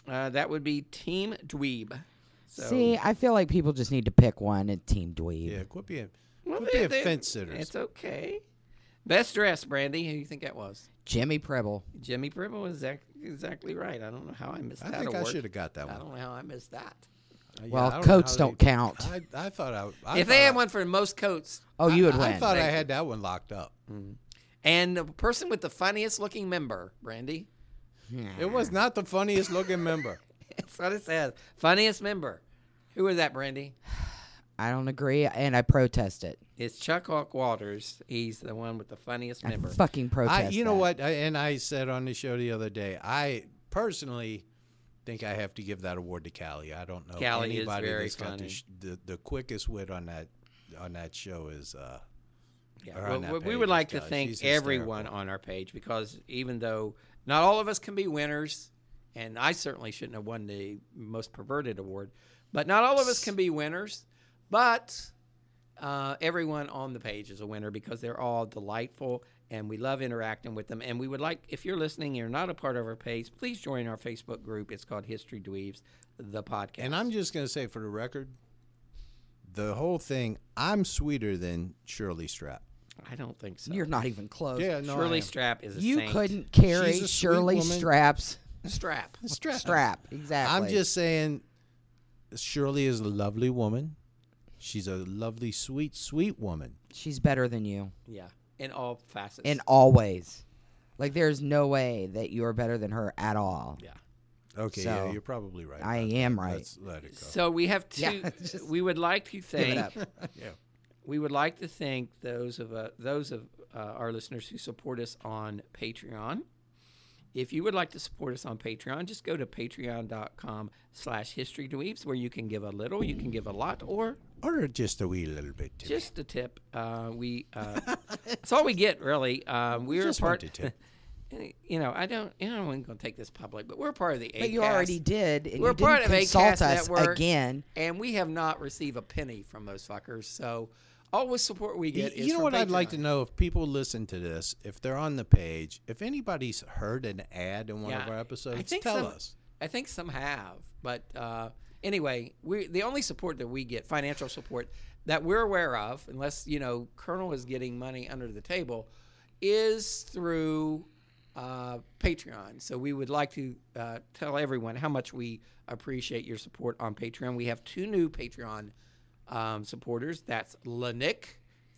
uh, that would be Team Dweeb. So, See, I feel like people just need to pick one and team dweeb. yeah, quit being, Well, quit they- being they- fence sitters. It's okay. Best dressed, Brandy. Who do you think that was? Jimmy Preble. Jimmy Pribble was exac- exactly right. I don't know how I missed I that. think I award. should have got that I one. don't know how I missed that. Uh, yeah, Well, I don't know coats how don't they- count. I, I thought I. I if thought they had I- one for most coats, Oh, you would I, win. I thought I Thank had that one locked up. and the person with the funniest looking member, Brandy. It was not the funniest looking member. That's what it says. Funniest member. Who is that, Brandy? I don't agree, and I protest it. It's Chuck Hawk Waters. He's the one with the funniest I member. fucking protest. I, you know that. what? I, and I said on the show the other day, I personally think I have to give that award to Callie. I don't know Callie is anybody very that's got funny. the, sh- the the quickest wit on that on that show is. Uh, Yeah, Or well, on that we- we page, would like to guys. thank She's everyone hysterical. on our page because even though not all of us can be winners, and I certainly shouldn't have won the most perverted award, but not all of us can be winners. But uh, everyone on the page is a winner because they're all delightful and we love interacting with them. And we would like, if you're listening, you're not a part of our page, please join our Facebook group. It's called History Dweebs, the podcast. and I'm just gonna say for the record, the whole thing. I'm sweeter than Shirley Strap. I don't think so. You're not even close. Yeah, no, I Shirley am. Strap is a you saint. couldn't carry She's a sweet Shirley woman. Strap's strap. Strap. strap. Exactly. I'm just saying, Shirley is a lovely woman. She's a lovely, sweet, sweet woman. She's better than you Yeah, in all facets. in all ways. Like there's no way that you are better than her at all. yeah. Okay, So, yeah, you're probably right. I about am that. right. Let's let it go. So we have two. Yeah, just we would like to it thank. yeah. We would like to thank those of uh, those of uh, our listeners who support us on Patreon. If you would like to support us on Patreon, just go to patreon.com slash history dweebs where you can give a little, you can give a lot, or Or just a wee little bit. Timmy. just a tip. Uh, we uh, That's all we get, really. Uh, we're just a part, want a you know, I don't, you know, I'm going to take this public, but we're part of the But you already ACAST. did, and We're you didn't part of consult ACAST us Network. again. and we have not received a penny from those fuckers. So all the support we get is you know from what I'd like Patreon. to know if people listen to this, if they're on the page, if anybody's heard an ad in one Yeah, of our episodes, I think tell some- us. I think some have, but uh, anyway, we the only support that we get, financial support that we're aware of, unless you know Colonel is getting money under the table, is through uh, Patreon. So we would like to uh, tell everyone how much we appreciate your support on Patreon. We have two new Patreon um, supporters. That's Lenick.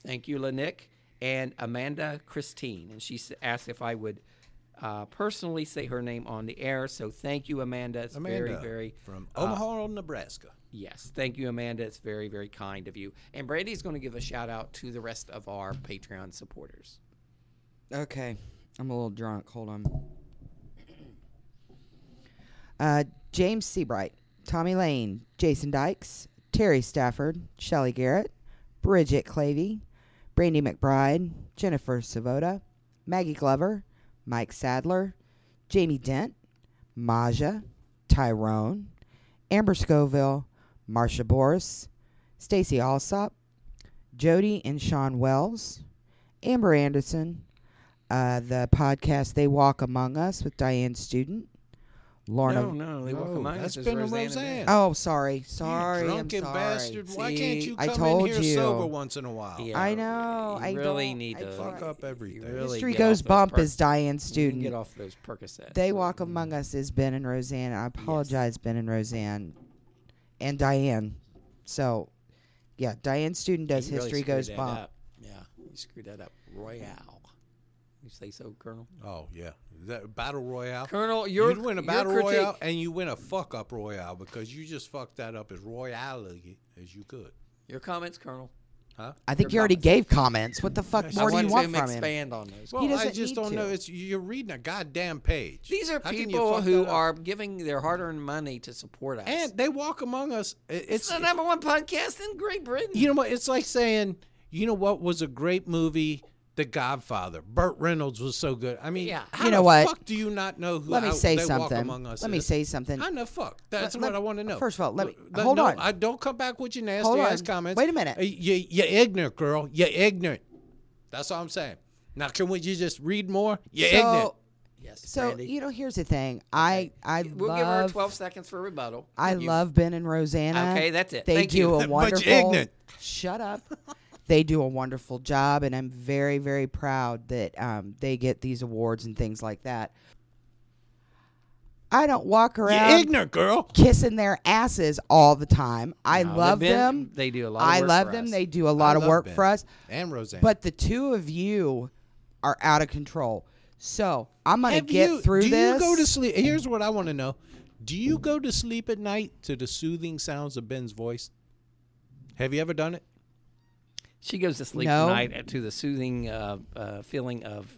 Thank you, Lenick. And Amanda Christine. And she s- asked if I would uh, personally say her name on the air. So thank you, Amanda. It's Amanda very, very. uh, from Omaha, Nebraska. Yes. Thank you, Amanda. It's very, very kind of you. And Brandy's going to give a shout out to the rest of our Patreon supporters. Okay, I'm a little drunk. Hold on. Uh, James Seabright, Tommy Lane, Jason Dykes, Terry Stafford, Shelley Garrett, Bridget Clavey, Brandy McBride, Jennifer Savota, Maggie Glover, Mike Sadler, Jamie Dent, Maja, Tyrone, Amber Scoville, Marsha Boris, Stacy Alsop, Jody and Sean Wells, Amber Anderson, uh, the podcast They Walk Among Us with Diane Student, Lorna. No, no, they walk No, among us that's as been a Roseanne. and Roseanne. Anne. Oh, sorry, You sorry, I'm drunken sorry. bastard. Why can't See, you I come told in here you. sober once in a while? Yeah, Oh, I know, You I really don't- need I to fuck like, up you everything. really History get off goes those bump Perc- is Diane's you need to student. Get off those Percocets. They Walk Among Us is Ben and Roseanne. I apologize, Ben and Roseanne, and Diane. So, yeah, Diane's student does You really history screwed goes that bump. up. Yeah, you screwed that up. Royale. You say so, Colonel? Oh yeah, that battle royale. Colonel, your- you'd win a your battle critique- royale and you win a fuck up royale because you just fucked that up as royally as you could. Your comments, Colonel. Huh? I think Your you already comments. gave comments. What the fuck I more do you wanted want him from him? expand on those. Well, I doesn't just need don't know. to. It's you're reading a goddamn page. These are How can you people fuck who that up? are giving their hard-earned money to support us. and they walk among us. I- it's, It's, the number one podcast in Great Britain. you know what? It's like saying you know what was a great movie. The Godfather. Burt Reynolds was so good. I mean, Yeah. how You know the what? fuck do you not know who Let me I- say they Walk something. among us Let me is? say something. I know. Fuck. That's Let- what let- I want to know. first of all, let me- Let- hold no, on. I don't come back with your nasty Hold ass on. comments. Wait a minute. Uh, You, you ignorant girl. You ignorant. That's all I'm saying. Now, can we you just read more? You ignorant. So, yes. so Brandy. you know, here's the thing. I I we'll love give her 12 seconds for rebuttal. I You- love Ben and Rosanna. Okay, that's it. They Thank do you. a you're wonderful. ignorant. Shut up. they do a wonderful job, and I'm very, very proud that um, they get these awards and things like that. I don't walk around You ignorant girl. kissing their asses all the time. I No, they've love been- them. they do a lot of I work love for them. us. They do a lot I of love work Ben for us. And Roseanne. But the two of you are out of control. So I'm gonna Have get you- through do this. you go to sleep? Here's what I want to know. Do you go to sleep at night to the soothing sounds of Ben's voice? Have you ever done it? She goes to sleep No. tonight at- to the soothing uh, uh, feeling of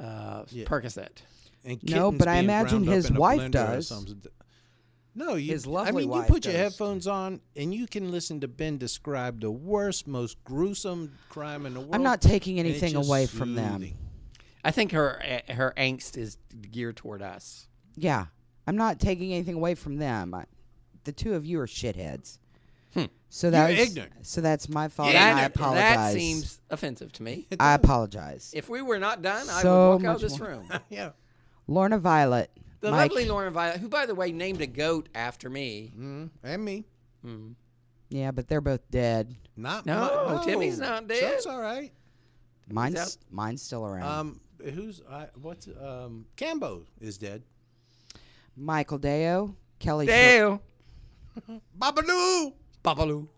uh, Percocet. and No, kittens but I being imagine ground up his in a wife blender or does. something. No, you, His lovely I mean, wife you put your does. headphones on and you can listen to Ben describe the worst, most gruesome crime in the world. not taking and it's anything just away from them. soothing. I think her uh, her angst is geared toward us. Yeah. I'm not taking anything away from them. I, the two of you are shitheads. Hmm. So that's ignorant. So that's my fault. and Oh, I that, apologize. that seems offensive to me. I apologize. If we were not done, I So would walk out much of this more. room. Yeah. Lorna Violet. The Mike, lovely Lauren Violet, who, by the way, named a goat after me. Mm, and me. Yeah, but they're both dead. Not No, my, no. Timmy's not dead. Chuck's all right. Mine's mine's still around. Um, who's I? What's um? Cambo is dead. Michael Deo, Kelly Char- Dale. Babaloo. Babaloo.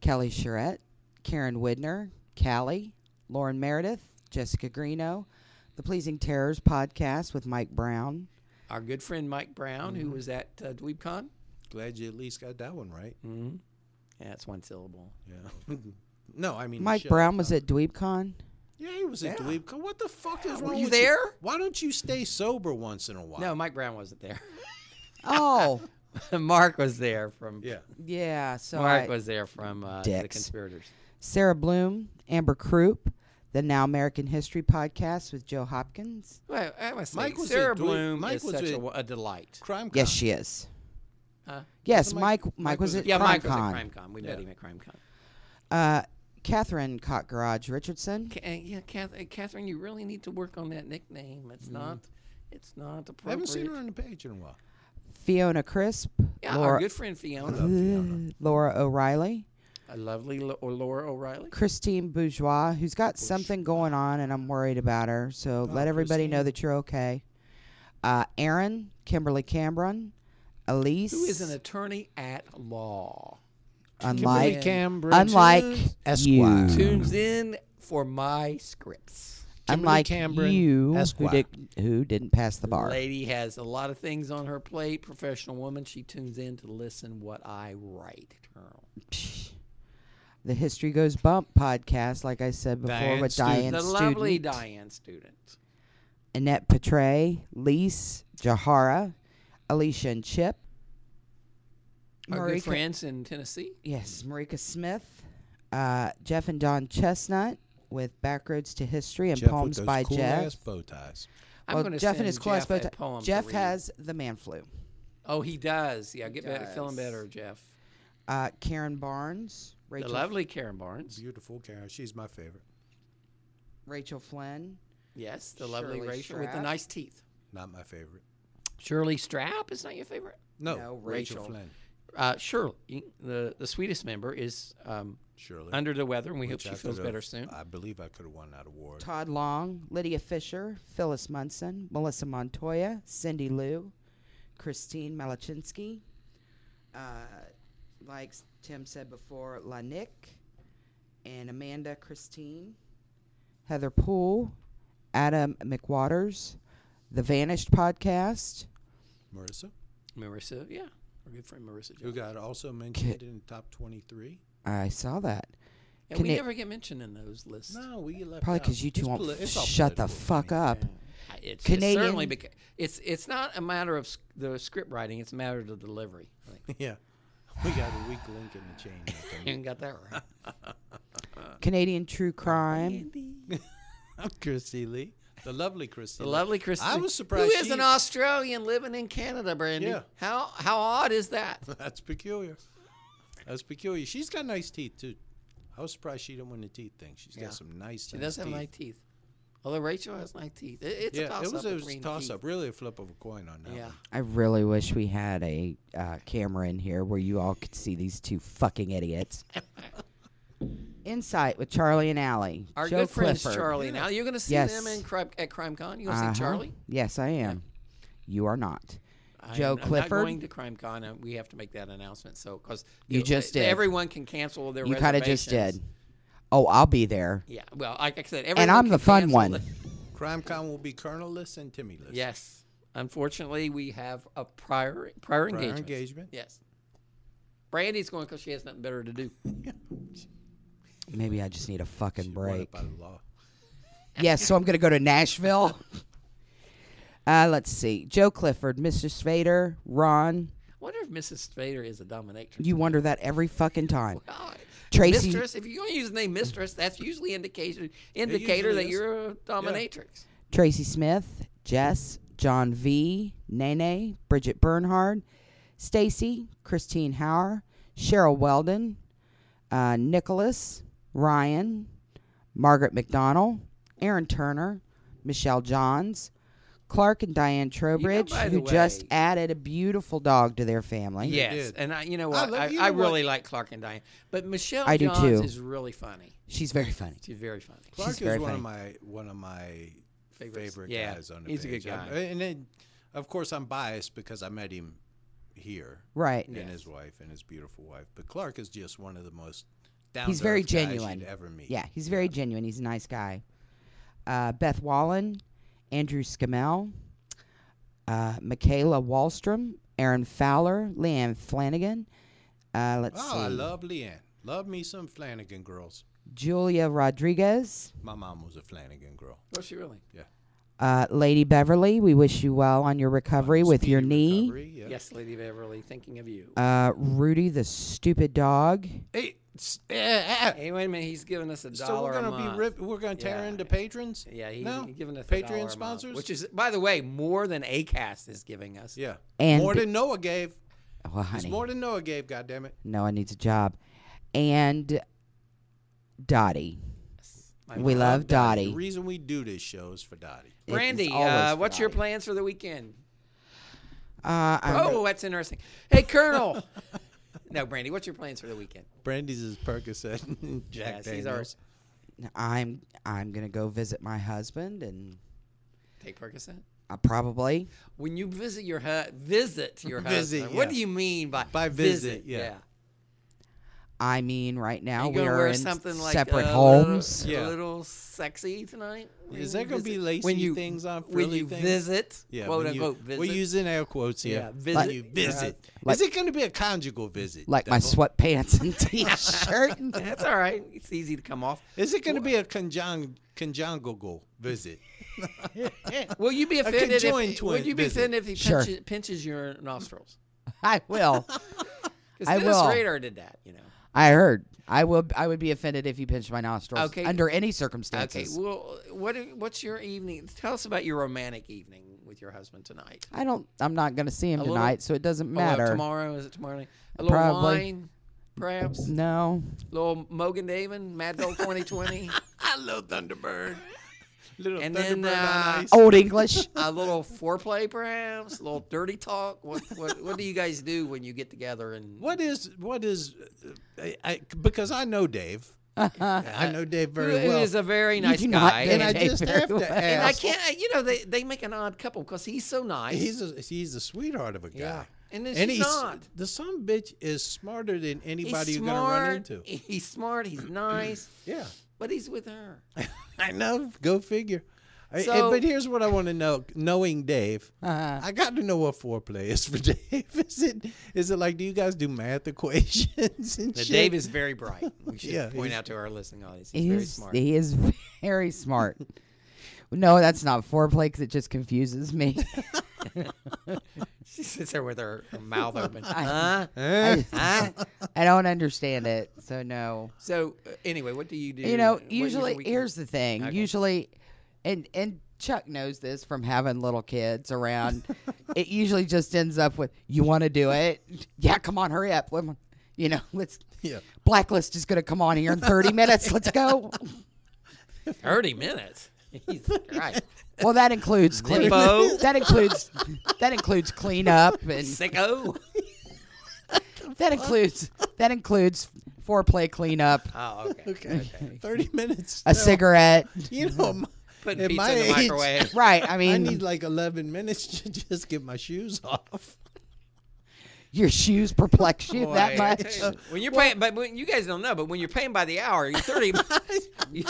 Kelly Charette, Karen Widner, Callie, Lauren Meredith, Jessica Greeno, The Pleasing Terrors podcast with Mike Brown. Our good friend Mike Brown, who was at uh, DweebCon. Glad you at least got that one right. Yeah, it's one syllable. Yeah. no, I mean Mike shit. Brown was at DweebCon. Yeah, he was a dweeb. Co- What the fuck is wrong you with there? Why don't you stay sober once in a while? No, Mike Brown wasn't there. Oh, Mark was there from. Yeah. yeah. So Mark I- was there from uh, the Dicks. conspirators. Sarah Bloom, Amber Croup, the Now American History podcast with Joe Hopkins. Well, I must say, Mike was Sarah at Dwe- Bloom Mike is was such a, at- wo- a delight. Crime. Yes, Con. she is. Huh? Yes, So Mike. Mike- Mike, Mike was was at at- Yeah, Uh, Mike was CrimeCon. at CrimeCon. We met Yeah. him at CrimeCon. Uh, Catherine Cock Garage Richardson. Ca- uh, yeah, Kath- uh, Catherine, you really need to work on that nickname. It's not, it's not appropriate. I haven't seen her on the page in a while. Fiona Crisp. Yeah, our Laura, good friend Fiona, Laura O'Reilly. a lovely Lo- or Laura O'Reilly. Christine Bourgeois, who's got something going on, and I'm worried about her. So let everybody know that you're okay. Uh, Aaron, Kimberly Cameron, Elise. Who is an attorney at law? unlike, Cameron unlike Tunes, you. Esquire. Mm. Tunes in for my scripts. Kimberly unlike Cameron you, who, Esquire. did, who didn't pass the bar. Lady has a lot of things on her plate. Professional woman, she tunes in to listen what I write. Girl. The History Goes Bump podcast, like I said before, Diane with Student. Diane the Student, lovely Diane student. Annette Petray, Lise, Jahara, Alicia and Chip. Our good Marika- friends in Tennessee. Yes, Marika Smith, uh, Jeff and Don Chestnut with Backroads to History and Jeff with Poems those by cool Jeff. Ass bow ties. I'm well, going to Jeff send and his cool ass Jeff bow a tie- poem to Jeff read. has the man flu. Oh, he does. Yeah, get better, feeling better, Jeff. Uh, Karen Barnes, The Rachel, lovely Karen Barnes. Beautiful Karen. She's my favorite. Rachel Flynn, Yes, the lovely Shirley Rachel with the Straff. nice teeth. Not my favorite. Shirley Strap is not your favorite. No, No, Rachel. Rachel. Flynn. Uh, Shirley, the the sweetest member, is um, Surely. under the weather, and we Which hope I she feels could've- better soon. I believe I could have won that award. Todd Long, Lydia Fisher, Phyllis Munson, Melissa Montoya, Cindy Lou, Christine Malachinsky. Uh, like Tim said before, La Nick and Amanda Christine, Heather Poole, Adam McWaters, The Vanished Podcast, Marissa, Marissa, yeah, our good friend Marissa. who Jones. got also mentioned in the top 23. I saw that. And Can we it- never get mentioned in those lists. No, we left Probably out. because you two It's won't poli- it's all shut the political to fuck me. up. I- It's, it's Canadian- certainly because it's it's not a matter of sc- the script writing; it's a matter of the delivery. I think. Yeah. We got a weak link in the chain. I think. You got that right. Canadian True Crime. I'm Christy Lee. The lovely Christy. The Lee. lovely Christy. I was surprised. Who is she- an Australian living in Canada, Brandy? Yeah. How how odd is that? That's peculiar. That's peculiar. She's got nice teeth too. I was surprised she didn't win the teeth thing. She's Yeah. got some nice. She nice does have teeth. nice teeth. Although Rachel has nice teeth. It- it's yeah, a toss it was, up. it was a toss up. Really a flip of a coin on that. Yeah. one. I really wish we had a uh, camera in here where you all could see these two fucking idiots. Insight with Charlie and Allie. Our Joe good friends Clifford. Charlie. Now you're going to see Yes. them in Crime, at CrimeCon. You going to Uh-huh. see Charlie? Yes, I am. You are not. I Joe am- I'm Clifford. not going to CrimeCon. and We have to make that announcement. So because You just did. Everyone can cancel their. you kind kind of just did. Oh, I'll be there. Yeah. Well, like I said, everyone And I'm can the fun cancel one. their- Crime Con will be Colonelless and Timmyless. Yes. Unfortunately, we have a prior prior Prior engagement. engagement. Yes. Brandy's going because she has nothing better to do. Maybe I just need a fucking Brought break. up by the law. yes, so I'm going to go to Nashville. Uh, let's see. Joe Clifford, Mr. Svader, Ron. I wonder if Mrs. Spader is a dominatrix. You wonder that every fucking time. God. Tracy- Mistress. If you're going to use the name mistress, that's usually indication indicator that usually is. you're a dominatrix. Tracy Smith, Jess, John V, Nene, Bridget Bernhard, Stacy, Christine Hauer, Cheryl Weldon, uh, Nicholas, Ryan, Margaret McDonald, Aaron Turner, Michelle Johns, Clark and Diane Trowbridge, by the who just way- added a beautiful dog to their family. Yes, did. and I, you know I what? love- I, you I know what? really like Clark and Diane, but Michelle I do Johns too. is really funny. She's very funny. She's very funny. Clark very is one funny. of my one of my Favorites. favorite Yeah, guys on the he's a good page. I'm- guy. and then, of course, I'm biased because I met him here Right. and his wife and his beautiful wife. But Clark is just one of the most down. He's very genuine. Ever meet? Yeah, he's very genuine. He's a nice guy. Uh, Beth Wallen, Andrew Scamell, uh, Michaela Wallstrom, Aaron Fowler, Leanne Flanagan. Uh, let's Oh, see. I love Leanne. Love me some Flanagan girls. Julia Rodriguez, My mom was a Flanagan girl. Was she really? Yeah. uh, Lady Beverly. We wish you well on your recovery with your knee. Recovery, yeah. Yes, Lady Beverly. Thinking of you. Uh, Rudy, the stupid dog. Hey, s- eh, eh, eh. hey, wait a minute. He's giving us a dollar so we're a gonna month. be rip, we're gonna tear Yeah. into patrons. Yeah, he's no? giving us a dollar a Patreon month, sponsors, which is, by the way, more than Acast is giving us. yeah, And more be- than Noah gave. Well, Oh, honey, It's more than Noah gave. God damn it. Noah needs a job. And Dottie. My We mom. love The Dottie. reason we do this show is for Dottie. It is Brandy, always uh, for what's your Dottie. plans for the weekend? Uh, I'm- Oh, that's interesting. Hey, Colonel. no, Brandy, what's your plans for the weekend? Brandy's is Percocet. and Jack yes, he's ours. Daniels. I'm I'm gonna go visit my husband, and Take Percocet. I probably When you visit your hu- visit your Visit, husband, what yeah. do you mean by By visit, yeah. I mean right now you we gonna are wear in something like uh, separate a homes. Little, Yeah. A little sexy tonight. when Is you there gonna be visit? lacy when you, things on When frilly you things? visit, Yeah, quote when you- unquote, visit. We're using air quotes here. Yeah, When visit you your visit. husband. is it going to be a conjugal visit? like my Devil? sweatpants and t-shirt. and- That's all right. It's easy to come off. Is it going to be a conjung- conjugal visit? Will you be offended? conjoined If, would twin you be visit. offended if he Sure. pinches, pinches your nostrils? I will. I Because Dennis will. Rader did that, you know. I heard. I will. I would be offended if you pinched my nostrils. Okay. Under any Okay. circumstances. Well, what are- what's your evening? Tell us about your romantic evening with your husband tonight. I don't. I'm not gonna see him little- tonight, so it doesn't Oh, well, matter. tomorrow is it tomorrow night? A little Probably. wine, perhaps. No. little Mogan David, Mad Dog 2020. I love Thunderbird. Little and then Thunderbird uh, on ice. Old English. a little foreplay, perhaps, a little dirty talk. What, what what do you guys do when you get together? And What is what is uh, I, I, because I know Dave. Uh-huh. I know Dave very Who well. is a very You nice do not guy, know and I Dave just very have well. to and I ask. can't. I- You know, they they make an odd couple because he's so nice. He's a he's a sweetheart of a guy. Yeah. And then she's he's not. the son bitch is smarter than He's anybody you're gonna run into. He's smart. He's nice, Yeah, but he's with her. I know. Go figure. I- eh, So- Uh-huh. but here's what I want to know. Knowing Dave, I got to know what foreplay is for Dave. Is it is it like do you guys do math equations and Now, shit? Dave is very bright. We should Yeah, point he's- out to our listening audience. He's, He very is, smart. he is very smart. no, that's not foreplay because it just confuses me. She sits there with her, her mouth open. Huh? I, Huh? I don't understand it. So, no. So uh, anyway, what do you do? You know, What is your usually, weekend? here's the thing. Okay. Usually, and, and Chuck knows this from having little kids around, it usually just ends up with, you want to do it? Yeah, come on, hurry up. Let me- You know, let's. Yeah. Blacklist is going to come on here in 30 minutes. Let's go. thirty minutes. Jesus Christ. Well, that includes clean. Nympho. That includes that includes cleanup and Sicko. that includes that includes foreplay cleanup, Oh, okay. Mm-hmm. okay. Thirty minutes. a still. cigarette. You know, my- Putting at pizza my in the age, microwave. Right. I I mean, need like eleven minutes to just get my shoes off. your shoes perplex you Boy, that I much. tell you, when you're paying, but when, you guys don't know, but when you're paying by the hour, you're thirty. you,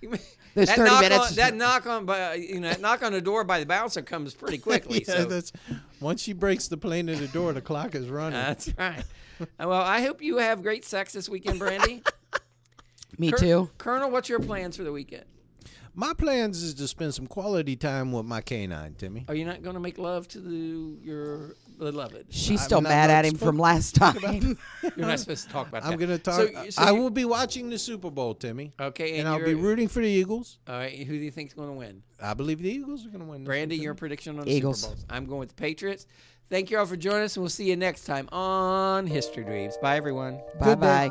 you- Those that 30 knock minutes On, is- that knock on, by, you know, that knock on the door by the bouncer comes pretty quickly. yeah, so that's once she breaks the plane to the door, the clock is running. that's right. Uh, Well, I hope you have great sex this weekend, Brandy. Me Col- too. Colonel. What's your plans for the weekend? my plans is to spend some quality time with my canine, Timmy. Are you not going to make love to the, your beloved? She's I'm still not mad allowed at to him speak- from last time. You're not supposed to talk about that. I'm gonna talk. So, so I you- will be watching the Super Bowl, Timmy. Okay, and, and I'll be you're- rooting for the Eagles. All right, who do you think's going to win? I believe the Eagles are gonna win. this Brandy, one, your Timmy. prediction on the Eagles. Super Bowls. I'm going with the Patriots. Thank you all for joining us, and we'll see you next time on History Dreams. Bye, everyone. bye bye.